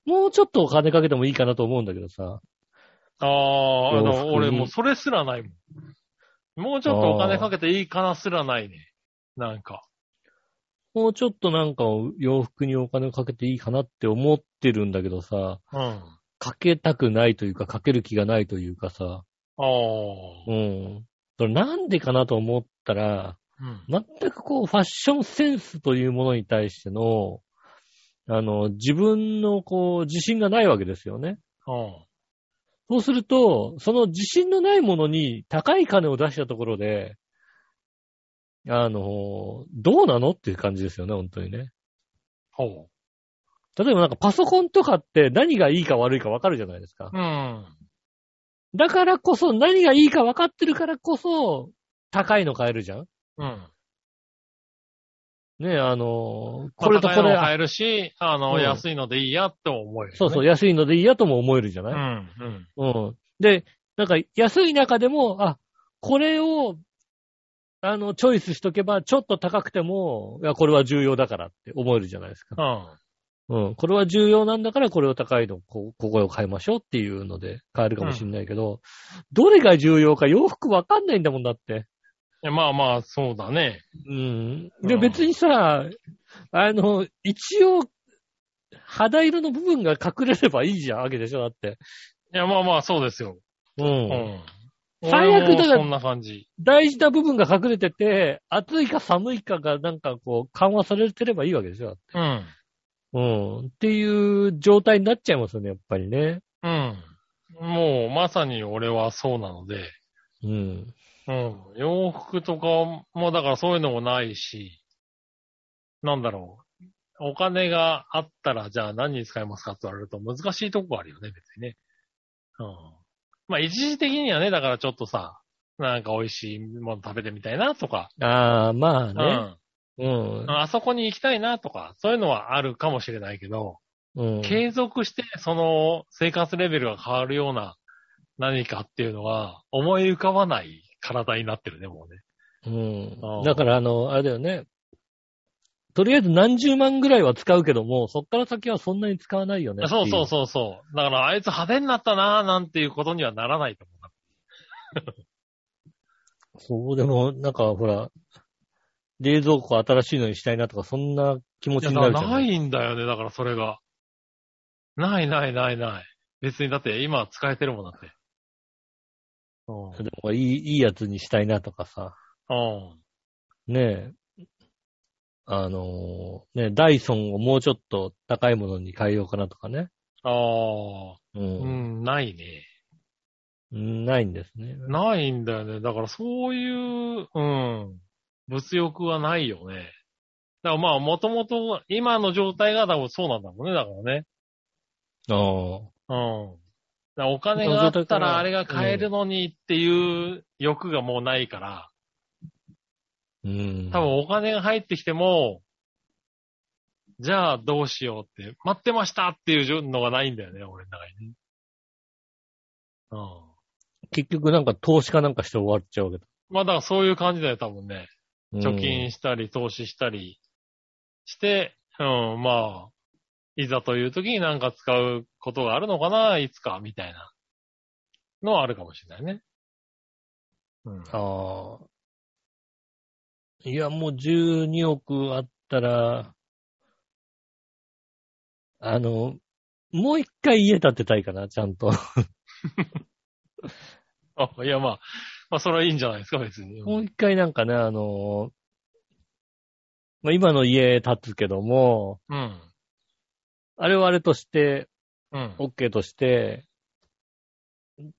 もうちょっとお金かけてもいいかなと思うんだけどさ。ああ、あ洋服の、に俺もうそれすらないもん。もうちょっとお金かけていいかなすらないね。なんか。もうちょっとなんか洋服にお金をかけていいかなって思ってるんだけどさ、うん。あかけたくないというか、かける気がないというかさ、あ。うん。それなんでかなと思ったら、うん。全くこう、ファッションセンスというものに対しての、あの、自分のこう、自信がないわけですよね。うん。そうすると、その自信のないものに高い金を出したところで、あの、どうなのっていう感じですよね、本当にね。ほ例えばなんかパソコンとかって何がいいか悪いかわかるじゃないですかう。。うん。だからこそ、何がいいかわかってるからこそ、高いの買えるじゃんうん。ねあの、ここれれととここれれ、買えるし、あの、うん安いのでいいやって思うよ、ね。。そうそうう、安いのでいいやとも思えるじゃうない、ん。うん。うん。で、なんか安い中でも、あ、これを、あの、チョイスしとけば、ちょっと高くても、いや、これは重要だからって思えるじゃないですか。うん。うん。これは重要なんだから、これを高いの、こここを買いましょうっていうので買えるかもしれないけど、どれが重要か洋服わかんないんだもんだって。いやまあまあ、そうだね。うん。うで、ん別にさ、あの、一応、肌色の部分が隠れればいいじゃん、わけでしょ、だって。いやまあまあ、そうですよ。う。うんん。最悪だから俺もそんな感じ。大事な部分が隠れてて、暑いか寒いかがなんかこう緩和されてればいいわけですよ。うん。うん。っていう状態になっちゃいますよね、やっぱりね。うん。もう、まさに俺はそうなので。うん。うん。洋服とかも、だからそういうのもないし、なんだろう。お金があったら、じゃあ何に使いますかって言われると難しいとこあるよね、別にね。うん。まあ一時的にはね、だからちょっとさ、なんか美味しいもの食べてみたいなとか、ああ、まあうね。ん。うん。あそこに行きたいなとか、そういうのはあるかもしれないけど、うん。継続してその生活レベルが変わるような何かっていうのは思い浮かばない体になってるね、もうね。うんあーだからあの、あれだよね。とりあえず何十万ぐらいは使うけども、そっから先はそんなに使わないよね。そうそうそうそう。だから、あいつ派手になったなーなんていうことにはならないと思う。う。そう、でも、なんかほら、冷蔵庫新しいのにしたいなとか、そんな気持ちにいなや、るじゃなないいんだよね、だからそれが。ないないないない。別にだって今使えてるもんだって。うん。でもいい、いいやつにしたいなとかさ。うん。ねえ。あのーね、ダイソンをもうちょっと高いものに変えようかなとかね。ああ、う。うんん、ないね。ないんですね。ないんだよね。だからそういう、うん、物欲はないよね。だからまあ、もともと、今の状態が多分そうなんだもんね、だからね。ああ。うん。だからお金があったらあれが買えるのにっていう欲がもうないから、うん。多分お金が入ってきても、じゃあどうしようって、待ってましたっていうのがないんだよね、俺の中にね。うん。結局なんか投資かなんかして終わっちゃうけど。まあだからそういう感じだよ、多分ね。うん貯金したり、投資したりして、うん、まあ、いざという時になんか使うことがあるのかな、いつか、みたいなのはあるかもしれないね。うん。ああ。いや、もう12億あったら、あの、もう一回家建てたいかな、ちゃんと。あいや、まあ、まあ、それはいいんじゃないですか、別に。もう一回なんかね、あの、まあ、今の家建つけども、うん。あれはあれとして、うん。 OK として、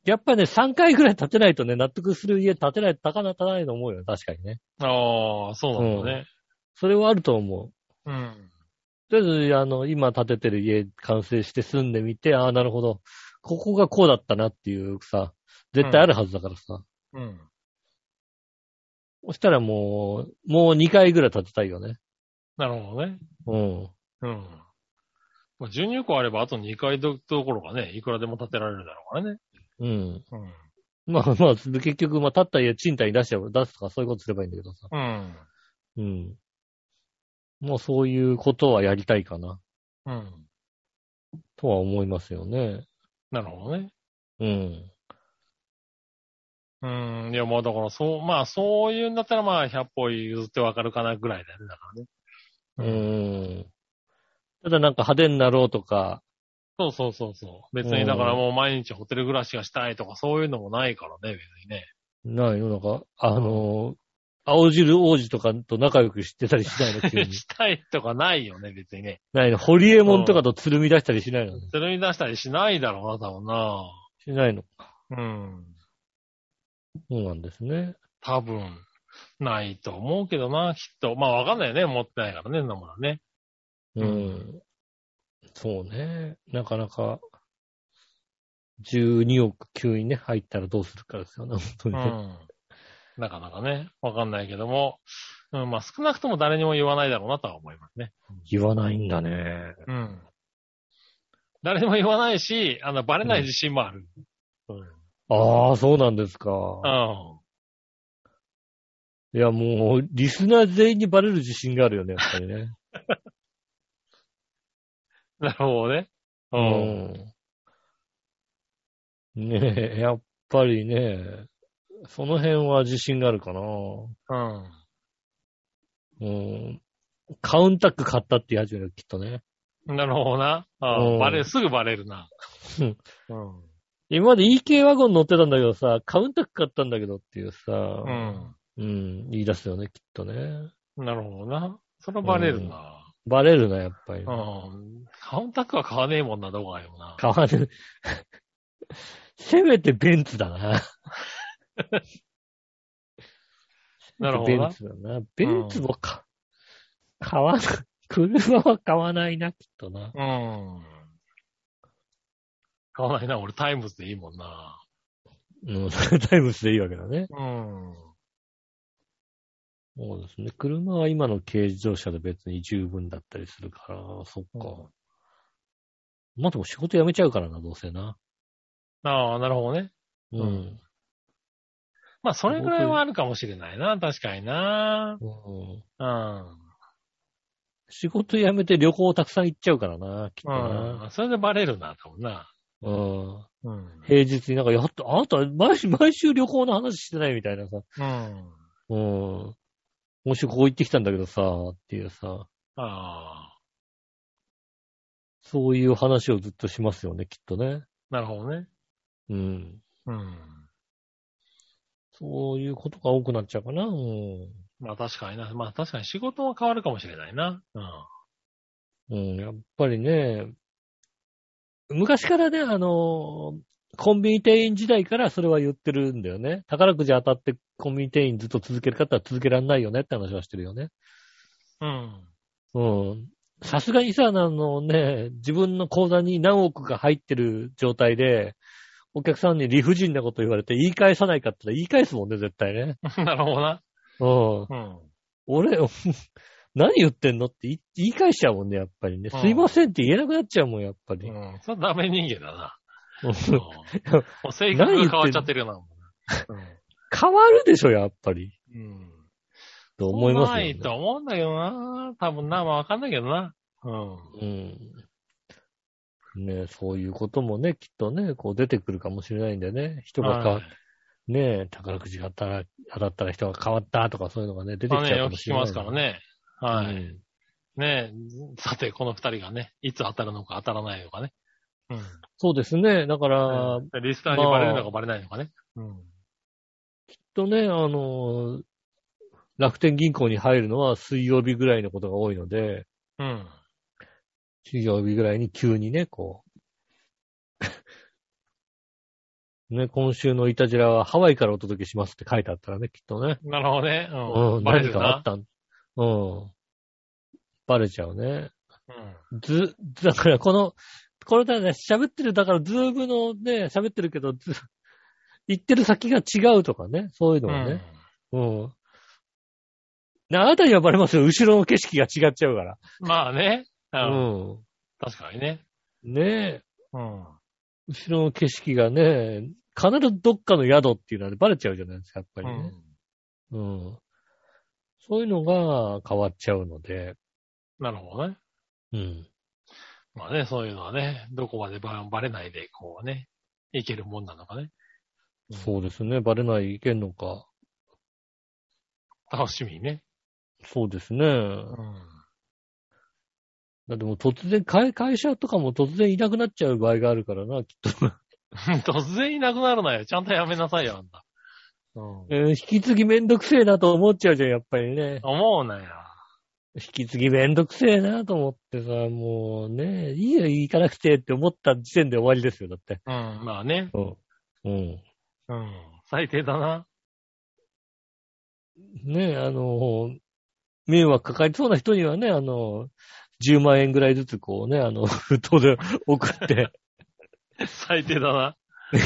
やっぱね、3回ぐらい建てないとね、納得する家建てないと高なったないと思うよ、確かにね。ああ、そうなんだね。それはあると思う。うん。とりあえず、あの、今建ててる家完成して住んでみて、ああ、なるほど。ここがこうだったなっていうさ、絶対あるはずだからさ。うん。そしたらもう、もう2回ぐらい建てたいよね。なるほどね。うん。うん。まあ、12個あれば、あと2回どどころかね、いくらでも建てられるだろうからね。うん。うん。まあまあ、結局、まあ、建った家賃貸に出しちゃう、出すとかそういうことすればいいんだけどさ。うん。うん。もうそういうことはやりたいかな、うん。とは思いますよね。なるほどね。うん。うーん、いや、まあだから、そう、まあそういうんだったら、まあ100歩譲ってわかるかなぐらいだよね、だからね。うん。ただなんか派手になろうとか、そうそうそうそう。別に、だからもう毎日ホテル暮らしがしたいとか、そういうのもないからね、別にね。ないのなんか、あのー青汁王子とかと仲良くしてたりしないの 急に。したいとかないよね、別にね。ないの。ホリエモンとかとつるみ出したりしないの、それに出したりしないだろうな、多分な。しないの。うん。そうなんですね。多分、ないと思うけどな、きっと。まあわかんないよね、持ってないからね、そんなものはね。う。うんんそうね。なかなか、12億急にね、入ったらどうするかですよね、本当うにね。ん。なかなかね、わかんないけども、うん、まあ少なくとも誰にも言わないだろうなとは思いますね。言わないんだね。うん。誰にも言わないし、あの、バレない自信もある。うん。ああ、そうなんですか。うん。いや、もう、リスナー全員にバレる自信があるよね、やっぱりね。なるほどね。う。うんん。ねえ、やっぱりね、その辺は自信があるかな。ううん。ん。カウンタック買ったって言い始める、きっとね。なるほどな。あうんバレる、すぐバレるな。うんうん。今まで EK ワゴン乗ってたんだけどさ、カウンタック買ったんだけどっていうさ、う。うんん、言い出すよね、きっとね。なるほどな。それはバレるな。バレるな、やっぱり。うん。カウンタックは買わねえもんな、どこがよな。買わる。せめてベンツだな。なるほどベンな。ツだな。ベンツもか、買わな、車は買わないな、きっとな。うん。買わないな、俺タイムズでいいもんな。うん、それ タイムスでいいわけだね。うん。そうですね。車は今の軽自動車で別に十分だったりするから、そっか。まあでも仕事辞めちゃうからな、どうせな。ああ、なるほどね。うん。うんまあ、それぐらいはあるかもしれないな、確かにな。うんうん。仕事辞めて旅行たくさん行っちゃうからな、きっとうな。ん。それでバレるな、多分な。うん。うん。平日になんか、やっと、あなた毎週、毎週旅行の話してないみたいなさ。うん。うん。今週ここ行ってきたんだけどさ、っていうさ、ああ、そういう話をずっとしますよね、きっとね。なるほどね。うん。うん。そういうことが多くなっちゃうかな。うん。まあ確かにな。まあ確かに仕事は変わるかもしれないな。ううん。ん、やっぱりね、昔からね、あの、コンビニ店員時代からそれは言ってるんだよね。宝くじ当たってコンビニ店員ずっと続ける方は続けられないよねって話はしてるよね。うん。 うん。さすがにさ、あのね、自分の口座に何億が入ってる状態で、お客さんに理不尽なこと言われて言い返さないかって言ったら言い返すもんね、絶対ね。なるほどな。うん。うん。俺、 何言ってんのって言い言い返しちゃうもんね、やっぱりね。うんすいませんって言えなくなっちゃうもん、やっぱり。うん。それはダメ人間だな。うんもう性格が変わっちゃってるような。変わるでしょ、やっぱり。うん。うん。と思いますよ、なね。いと思うんだけどな。多分な、まあわかんないけどな。うん。うん。ねそういうこともね、きっとね、こう出てくるかもしれないんでね。人がか、はいねえ、宝くじが当たら当たったら人が変わったとかそういうのがね、出てきちまあね、ゃうよかくも聞しきれない。ますから。ね。ははいい。。ねさて、この二人がね、いつ当たるのか当たらないのかね。うん。そうですね。だから、きっうんリスナーにバレるのかバレないのかね。うん。とね、あのー楽天銀行に入るのは水曜日ぐらいのことが多いので、うん。水曜日ぐらいに急にね、こう。 ね、今週のイタジラはハワイからお届けしますって書いてあったらね、きっとね。なるほどね。う、うんん。バレ何るかあっな。たんうん。バレちゃうね。うん。ず、だからこの、これだね、喋ってる、だからズームのね、喋ってるけど、ず行ってる先が違うとかね、そういうのがね。うん。なあなたにはバレますよ、後ろの景色が違っちゃうから。うんまあね。う。うんん。確かにね。ねえ、うん。後ろの景色がね、必ずどっかの宿っていうのはバレちゃうじゃないですか、やっぱりね。うんうん、そういうのが変わっちゃうので、なるほどね。うん。まあね、そういうのはね、どこまでばバレないで、こうね、いけるもんなのかね。そうですね。バレないいけんのか。楽しみにね。そうですね。うん。だってもう突然、会会社とかも突然いなくなっちゃう場合があるからな、きっと。 突然いなくなるなよ。ちゃんとやめなさいよ、あんた。うん。えー引き継ぎめんどくせえなと思っちゃうじゃん、やっぱりね。思うなよ。引き継ぎめんどくせえなと思ってさ、もうね、いいよ、行かなくてって思った時点で終わりですよ、だって。うん、まあね。うん。うん。うん。最低だな。ねえ、あの、迷惑かかりそうな人にはね、あの、10万円ぐらいずつこうね、あの、 封筒で送 って、最低だな。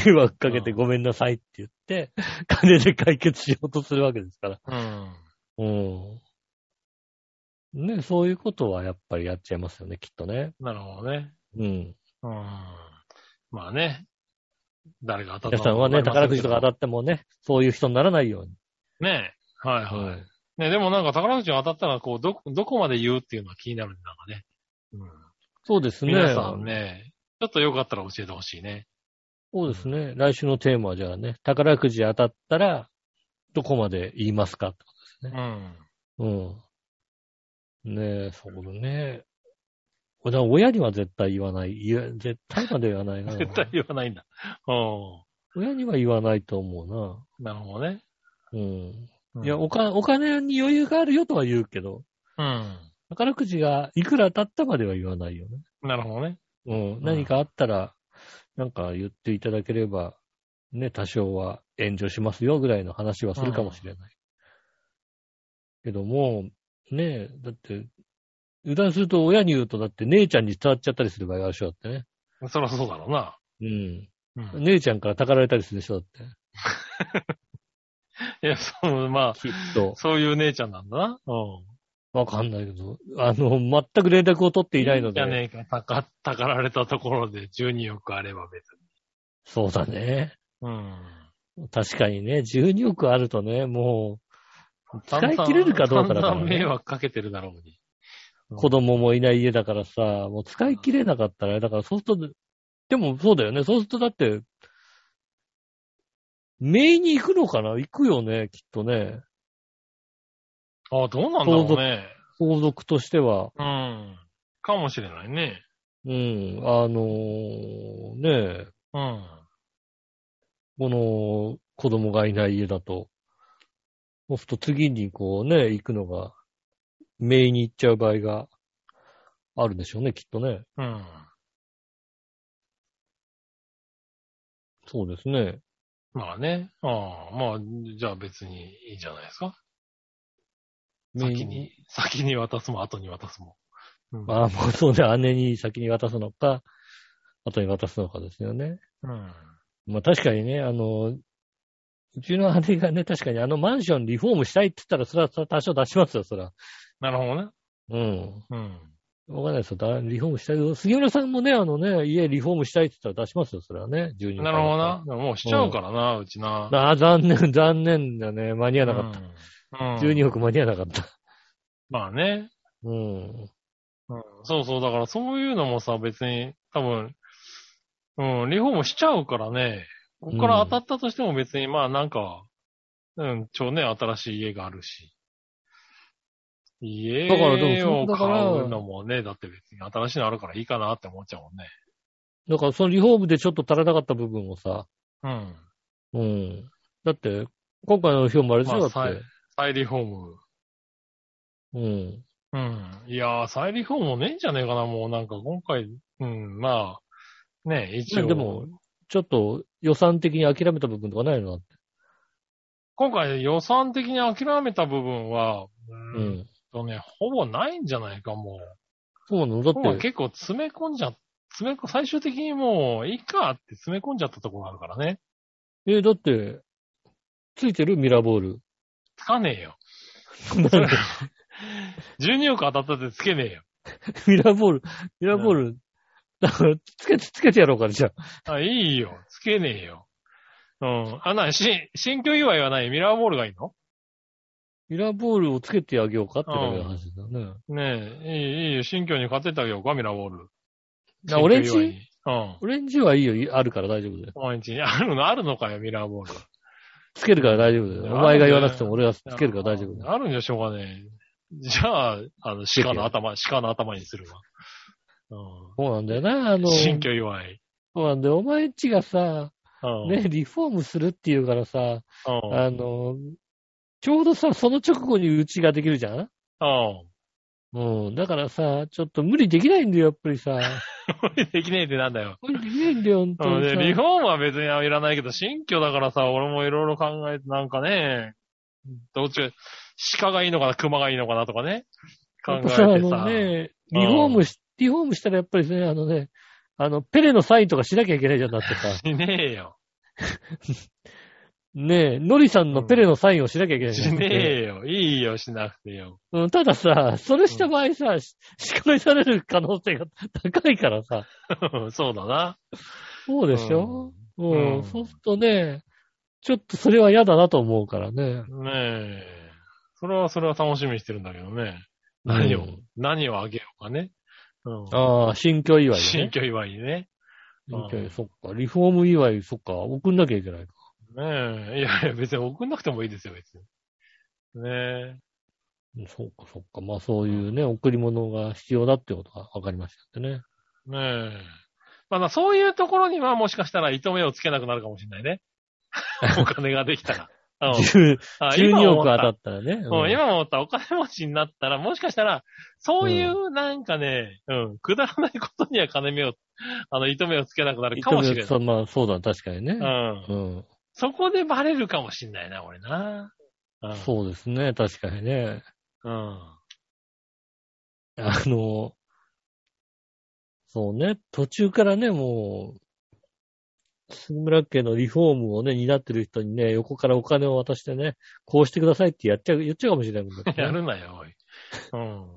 迷惑かけてごめんなさいって言って、金で解決しようとするわけですから。うん。うん。ね、そういうことはやっぱりやっちゃいますよね、きっとね。なるほどね。うん。うん。まあね。誰が当た皆ったさんはね、宝くじとか当たっってもね、そういう人にならないように。た。ねえ。はいはい。はい。ね、でもなんか宝くじが当たったら、こう、どこ、どこまで言うっていうのは気になるんだかね。そうですうん。ね。皆さんね、ちょっとよかったら教えてほしいね。そうですね。来週のテーマはじゃあね、宝くじ当たったら、どこまで言いますかってこうん。とうん。ねえ、そうだね。だから親には絶対言わない。いや、絶対まで言わないな。 絶対言わないんだ。う。親には言わないと思うんなるほどね。な。うん。うんいや、お金、お金に余裕があるよとは言うけど、うん。宝くじがいくら当たったまでは言わないよね。なるほどね。うん。ん何かあったら、なんか言っていただければ、ね、多少は援助しますよぐらいの話はするかもしれない。けども、ねえ、だって、油断すると親に言うと、だって姉ちゃんに伝わっちゃったりする場合があるでしょ、だってね。そりゃそうだろうな。うん。うん。姉ちゃんからたかられたりするでしょ、だって。いや、そう、まあ、きっと。そういう姉ちゃんなんだな。うん。わかんないけど、あの、全く連絡を取っていないので。じゃねえか、たか、たかられたところで12億あれば別そうだね。に。うん。確かにね、12億あるとね、もう、使い切れるかどうかだからね散々迷惑かけてるだろうに。子供もいない家だからさ、もう使い切れなかったら、だからそうすると、でもそうだよね、そうするとだって、メインに行くのかな行くよね、きっとね。ああ、どうなんだろうね。皇族としては。うん。かもしれないね。うん、あのーねえ、うん。この子供がいない家だと。そうすると次にこうね、行くのが、メインに行っちゃう場合があるんでしょうね、きっとね。うん。そうですね。まあね。ああ、まあ、じゃあ別にいいじゃないですか。メイン先に、先に渡すも後に渡すも。うんまあ、もうそうね、姉に先に渡すのか、後に渡すのかですよね。うん。まあ確かにね、あの、うちの姉がね、確かにあのマンションリフォームしたいって言ったら、それは多少出しますよ、そら。なるほどね。うん。うん。わかんないですよ。だリフォームしたいけど。杉村さんもね、あのね、家リフォームしたいって言ったら出しますよ、それはね。12なるほどな。でももうしちゃうからな、うちな。な。ああ、残念、残念だね。間に合わなかった。った。うん。 12億間に合わなかった。まあね。うん。うん。そうそう。だからそういうのもさ、別に、多分、うん、リフォームしちゃうからね。ここから当たったとしても別に、まあなんか、うん、ちょうね、新しい家があるし。家だからでもをだから買うのもね、だって別に新しいのあるからいいかなって思っちゃうもんね。だからそのリフォームでちょっと足らなかった部分をさ、うん。うん。だって、今回の表もあれでしょ、まだあって。はい再リフォーム。うん。うん。いやー、再リフォームもねえんじゃねえかな、もうなんか今回、うん、まあ、ねえ、一応。でも、ちょっと予算的に諦めた部分とかないのだって。今回予算的に諦めた部分は、ううんん。とね、ほぼないんじゃないか、もう。そうなのだ今回って、結構詰め込んじゃ、詰め込、最終的にもう、いいかって詰め込んじゃったところがあるからね。えだって、ついてるミラーボール。つかねえよ。なんで 12億当たったってつけねえよ。ミラーボール、ミラーボール、だから、つけて、つけてやろうから、じゃあ。あ、いいよ。つけねえよ。うん。あ、な、し、新居祝いはないミラーボールがいいのミラーボールをつけてあげようかってだけの話だね。ねえ、いい、いいよ。新居に買ってってあげようか、ミラーボール。なオレンジ新居祝いにうん。オレンジはいいよい、あるから大丈夫だよ。毎日にあるの、あるのかよ、ミラーボール。つけるから大丈夫だよ。お前が言わなくても俺がつけるから大丈夫だよ。あるんじゃしょうがねえ。じゃあ、あの、けてよ鹿の頭、鹿の頭にするわ。そうなんだよな、あうん。の、そ新居祝い。うなんだよ。お前んちがさ、うん。ね、リフォームするっていうからさ、うん。うん。あの、ちょうどさ、その直後にうちができるじゃんうん。だからさ、ちょっと無理できないんだよ、やっぱりさ。これ できねえってなんだよ。無理できないんだよ、本当うんにでさ。リフォームは別にいらないけど、新居だからさ、俺もいろいろ考えて、なんかね、どっちが、鹿がいいのかな、熊がいいのかなとかね、考やっえぱてささ。あのね、リフォームし、リフォームしたらやっぱりね、あのね、あの、ペレのサインとかしなきゃいけないじゃんだって さ。しねえよ。ねえ、ノリさんのペレのサインをしなきゃいけないじゃしん。ねえよ。いいよ、しなくてよ。うん、たださ、それした場合さ、し司会される可能性が高いからさ。そうだな。そうでしょ、うん、うんそうするとね、ちょっとそれは嫌だなと思うからね。ねえ。それはそれは楽しみにしてるんだけどね。何を、うん何をあげようかね。うん。ああ、新居祝いで新ね。居祝いにね。新居居祝い、そっか。リフォーム祝い、そっか。送んなきゃいけないか。ねえ。いやいや、別に送んなくてもいいですよ、別に。ねえ。うんそうか、そっか。まあそういうね、贈り物が必要だってことが分かりましたね。ねえ。まあな、そういうところにはもしかしたら糸目をつけなくなるかもしれない ね。お金ができたら。うん12あ億当たったらね。うもうん今思ったお金持ちになったら、もしかしたら、そういうなんかね、うん、くだらないことには金目を、あの、糸目をつけなくなるかもしれない。そうまあそうだ、確かにね。うん。うん。そこでバレるかもしんないな、俺な。うん。そうですね、確かにね。うん。あの、そうね、途中からね、もう、杉村家のリフォームをね、担ってる人にね、横からお金を渡してね、こうしてくださいってやっちゃう、言っちゃうかもしれないもんだってねやるなよ、おい。うん。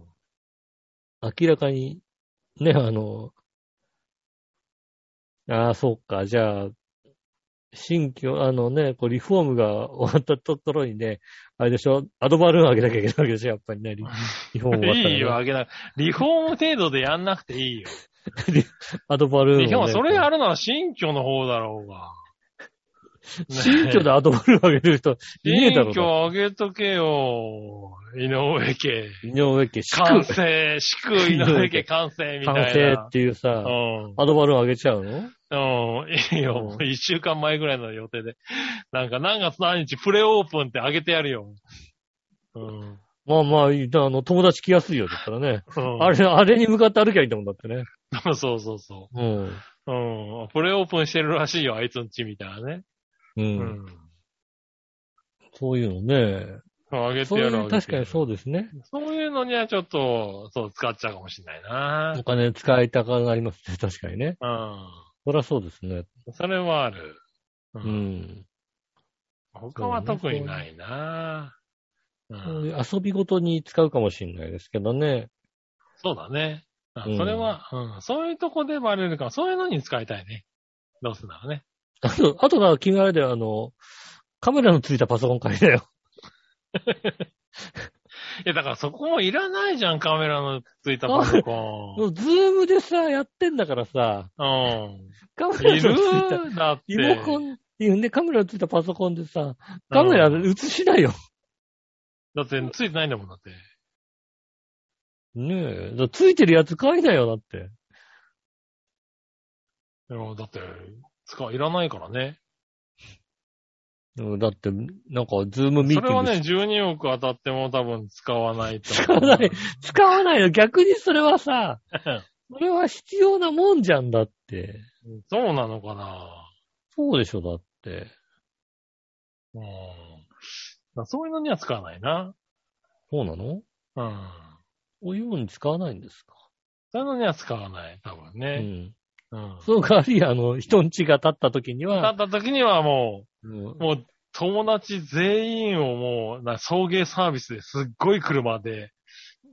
明らかに、ね、あの、ああ、そうか、じゃあ、新居、あのね、こうリフォームが終わったところにね、あれでしょ、アドバルーンあげなきゃいけないわけでしょ、やっぱりね、リリフォーム終わったらね、いいよ、あげな。リフォーム程度でやんなくていいよ。アドバルーンをね、リフォーム、それやるなら新居の方だろうが。 新居でアドバルーンあげる人、いねえだろ新居あげとけよ。井上家。井上家、祝、完完成、祝井上家完成みたいな。成っていうさ、うん。アドバルーンあげちゃうのうん、いいよ。一週間前ぐらいの予定で。なんか何月何日プレオープンってあげてやるよ。うん。まあまあ、いいあの、友達来やすいよ、だったらね。うんあれ、あれに向かって歩きゃいいんだもんだってね。 そうそうそうん。う。うん。プレオープンしてるらしいよ、あいつんちみたいなね。う。うんん。そういうのね。あげてそうやいるあう、げてやる確かにそうですね。そういうのにはちょっと、そう、使っちゃうかもしれないお金使いたくなりますね、 確かにね。な。そりゃそうですね。うん。それはある。うう。ん。他は特にないな。うそういん。う遊びごとに使うかもしれないですけどね。そうだね。あうんそれは、うん。そういうとこでバレるから、そういうのに使いたいね。どうすんだろうね。あと、あとだ、君あれだよ、あの、カメラのついたパソコン借りだよ。いや、だからそこもいらないじゃん、カメラのついたパソコもうズームでさ、やってんだからさ、ン。カメうん。ラいのついた、るだって。リモコンっていうんで、カメラのついたパソコンでさ、カメラうん映しないよ。だって、ついてないんだもん、だって。ねえ。だからついてるやつ買いなよ、だって。いやだって、使う、いらないからね。うんだって、なんか、ズームミーそテれィはングね、12億当たっても多分使わないと。使わない。使わないの。逆にそれは さ、それは必要なもんじゃんだって。そうなのかなそうでしょ、だって。うん。まあそういうのには使わないな。そうなのうん。お湯に使わないんですか、そういうのには使わない、多分うね。ん。うん。その代わり、あの、人ん家が立った時にだは、った時にはもうんう、もう、友達全員をもう、な送迎サービスですっごい車で、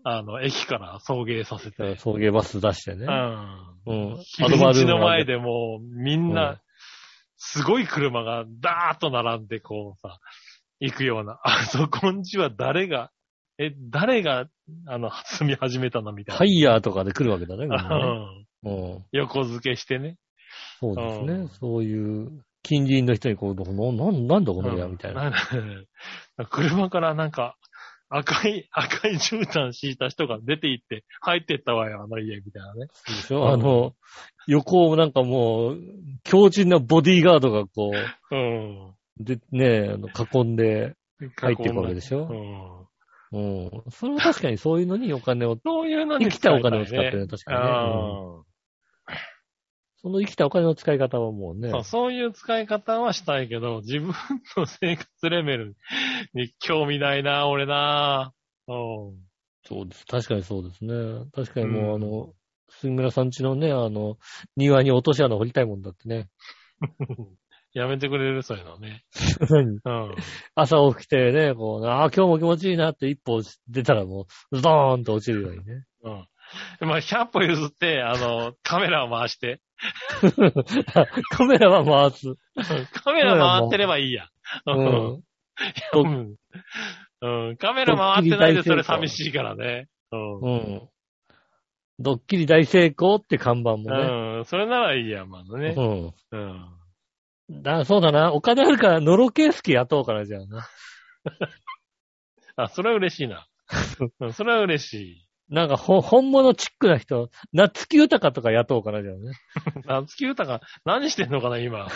あの、駅から送迎させて。送迎バス出してねう。ん。うん。入り口の前で。でもう、みんうんな、すごい車がダーッと並んで、こうさ、行くような、あそこんちは誰が、え、誰が、あの、住み始めたのみたいな。ハイヤーとかで来るわけだね。みんなねうんうん。横付けしてね。そうですうねん。そういう、近隣の人にこう、な、ななんだこの部屋うんみたいな。。んだ車からなんか、赤い、赤い絨毯敷いた人が出て行って、入ってったわよ、あの家、みたいなね。でしょあの、横をなんかもう、強靭なボディーガードがこう、うん。で、ねえ、あの囲んで入っていくわけでしうょ。ん。うん。それは確かにそういうのにお金を、そういうのに生きたお金を使って使いるね、確たかいにねね。うんああ。その生きたお金の使い方はもうねそ、うそういう使い方はしたいけど、自分の生活レベルに興味ないな、俺な。うん。そうです。確かにそうですね。確かにうもう、んあの、杉村さん家のね、あの、庭に落とし穴掘りたいもんだってね。やめてくれる、そういうのね。うん。朝起きてね、こう、ああ、今日も気持ちいいなって一歩出たらもう、ズドーンと落ちるように ね。うん。まあ、100歩譲って、あの、カメラを回して。カメラは回す。カメラ回ってればいいや。ううんん。うん。うん。カメラ回ってないでそれ寂しいからね。うん。うん。ドッキリ大成功って看板もね。うん。それならいいや、まだねう。ん。うん。だそうだな。お金あるから、ノロケースキ雇おうからじゃあな。あ、それは嬉しいな。うんそれは嬉しい。なんかほ、本物チックな人、夏木豊とか雇おうからじゃあね。あ、月豊が何してんのかな、今。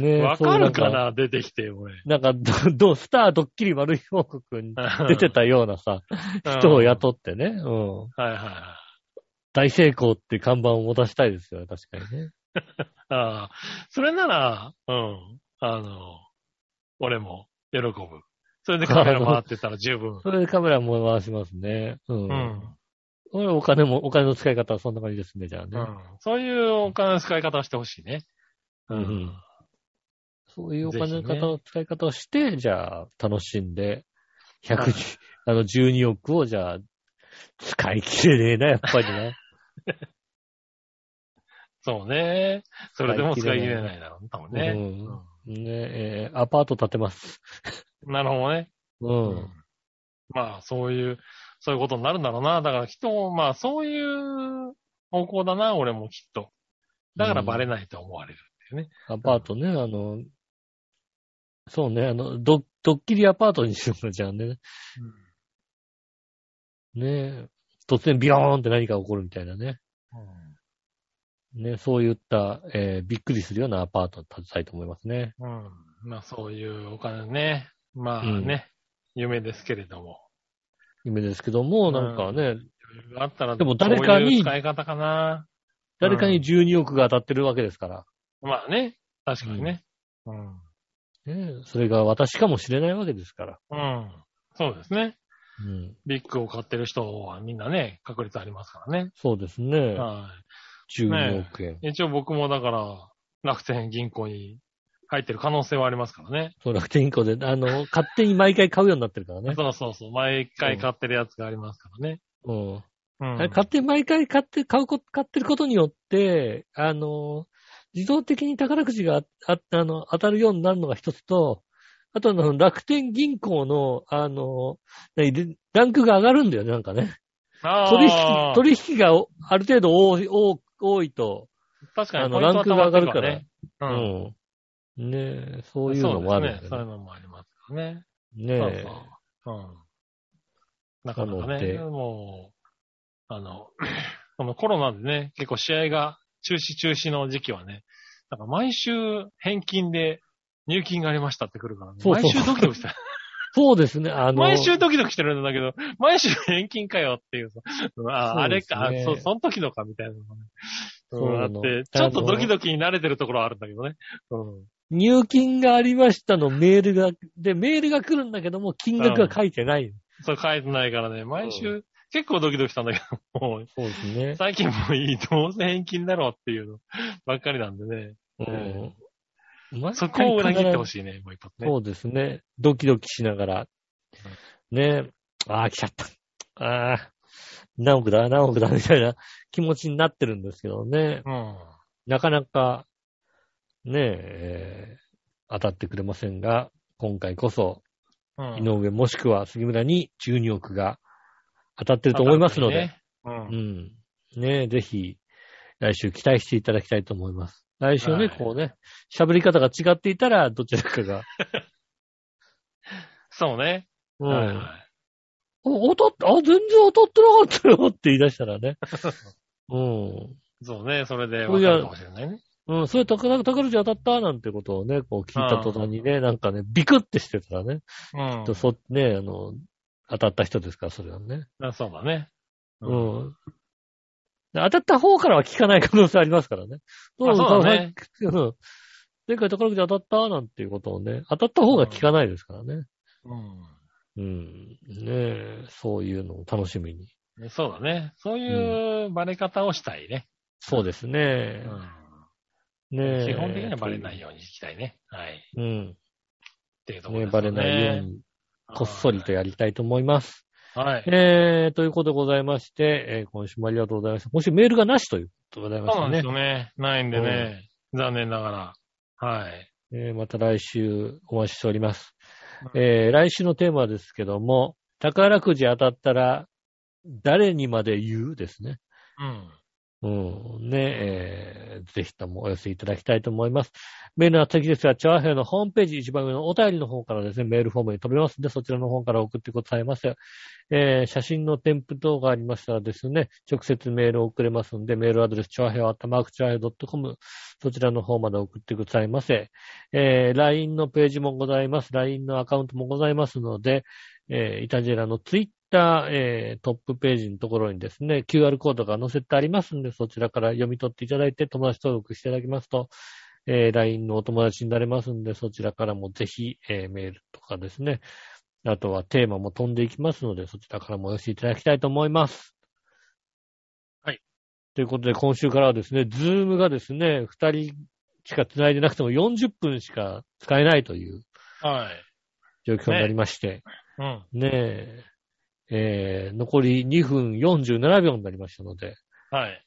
ねえわそうかいるうかな、出てき て、俺。なんか、なんかど、どう、スタードッキリ丸い王国に出てたようなさ、た人を雇ってね、うん。はいはいはい。大成功って看板を持たせたいですよね、確かにね。ああ、それなら、うん、あの、俺も喜ぶ。それでカメラ回ってたら十分。 それでカメラも回しますね。うん。うん、これお金も、お金の使い方はそんな感じですね、じゃあうね。ん。そういうお金の使い方をしてほしいね。うんうんそういうお金のぜひね方の使い方をして、じゃあ、楽しんで、はい110、あの、12億を、じゃあ、使い切れねえな、やっぱりな。そうね。それでも使い切れないだろうね多分 ね。うん、ねえーアパート建てます。なるほどね。うん。まあ、そういう、そういうことになるんだろうな。だから人も、まあ、そういう方向だな、俺もきっと。だからバレないと思われる。アパートね、あの、そうね、あの、ドドッキリアパートにしようか、じゃあね。ねえ、突然ビヨーンって何か起こるみたいなね。うんね、そういった、えーびっくりするようなアパートを建てたいと思いますね。うん。まあそういうお金ね。まあね、夢ですけれども。夢ですけども、なんかね、あったら、でも誰かにどういう使い方かな。誰かに12億が当たってるわけですから、まあね、確かにね。うん。ね、それが私かもしれないわけですから。うん。そうですね。うん、ビッグを買ってる人はみんなね、確率ありますからね。そうですね。は12億円。い。一応僕もだから、楽天銀行に入ってる可能性はありますからね。そう、楽天銀行で、あの、勝手に毎回買うようになってるから ね。そうそうそう。毎回買ってるやつがありますからね。うん。うん。あれ勝手に毎回買って、買うこ、買ってることによって、あの、自動的に宝くじが、あ、あの、当たるようになるのが一つと、あとあの、楽天銀行の、あの、何でランクが上がるんだよね、なんかね。あー取引、取引がおある程度多い、多多いと、確かあにの、ポライントはク溜がま上っがてるるかからら。。うん。うん。ねえ、そういうのもあるんだよそうですねね。そういうのもありますからね。ねそうえ。そう。うん。なかななかのでね、もう、あの、 このコロナでね、結構試合が中止中止の時期はね、なんか毎週返金で入金がありましたってくるからね。そうそう毎週ドキド キしてる。そうですね、あの、毎週ドキドキしてるんだけど、毎週返金かよっていうさ、うんあそあうでれすねか、あそう、その時のかみたいなのがね。そううん、なあのって、ちょっとドキドキに慣れてるところはあるんだけどね。うん。入金がありましたのメールが、で、メールが来るんだけども、金額が書いてない。そう書いてないからね、毎週、う結構ドキドキしたんだけど、もう、そうですね。最近もういい、どうせ返金だろうっていうのばっかりなんでね。うん。毎そ回こを裏切ってほ必しいね、もう一発ずね。そうですね。ドキドキしながら。ねああ、来ちゃった。ああ、何億だ、何億だ、みたいな気持ちになってるんですけどね。うん。なかなか、ねえー当たってくれませんが、今回こそ、うん。井上もしくは杉村に12億が当たってると思いますので。当たるとういいね。ん。ねえ、ぜひ、来週期待していただきたいと思います。来週ね、はいこうね、喋り方が違っていたら、どちらかが。そうね。うはいはいん。お当たっあ、全然当たってなかったよって言い出したらね。うん。そうね、それでそれ分じかゃるかもしれないね。うん、それ宝、宝くじ当たったなんてことをね、こう聞いた途端にね、なんかね、ビクってしてたらね、うん。とそ、ね、あの、当たった人ですから、それはね。あそうだね。ううんん。で当たった方からは聞かない可能性ありますからね。あそうだね。うん。前回宝くじ当たったなんていうことをね、当たった方が聞かないですからね。ううん。ん。ねえ、そういうのを楽しみに。ねそうだね。そういうバレ方をしたいね。そうですねう。ん。ねえ。基本的にはバレないようにしたいね。はい。っうん。ていうところねえですバレないように。に、こっそりとやりたいと思います。はい。えー、ということでございまして、えー今週もありがとうございました。今週メールがなしということでございましそうなたんでねす。よね。ないんでね。残念ながら。はい。えーまた来週お待ちしております。うんえー来週のテーマですけども、宝くじ当たったら誰にまで言うですね。うん。うん。ね、えーぜひともお寄せいただきたいと思います。メールの宛先ですが、チャワヘアのホームページ一番上のお便りの方からですね、メールフォームに飛びますので、そちらの方から送ってくださいませ。えー写真の添付等がありましたらですね、直接メールを送れますので、メールアドレス、チャワヘア、アットマークチャワヘア .com、そちらの方まで送ってくださいませ。えー LINE のページもございます。LINE のアカウントもございますので、えーイタジェラのツイッター、えートップページのところにですね、QR コードが載せてありますんで、そちらから読み取っていただいて、友達登録していただきますと、えー LINE のお友達になれますんで、そちらからもぜひ、えーメールとかですね、あとはテーマも飛んでいきますので、そちらからもお寄せいただきたいと思います。はい。ということで、今週からはですね、ズームがですね、2人しか繋いでなくても40分しか使えないというはい。状況になりまして、うん。ねえ、えー残り2分47秒になりましたので、はい。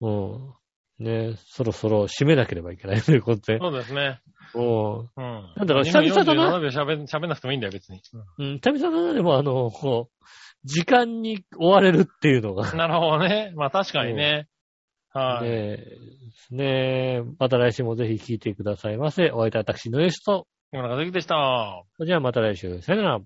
うん。ねえそろそろ締めなければいけないということで、そうですね。もうん。なんだろう久々だな今47秒喋ん喋んなくてもいいんだよ、別に。う、うん、たみさんのでも、あの、こう、時間に追われるっていうのが、なるほどね。まあ確かにね。はい。ねえ、ねえ、また来週もぜひ聞いてくださいませ。お会いいたい私、野吉と、今中関でした。それじゃあまた来週、さよなら。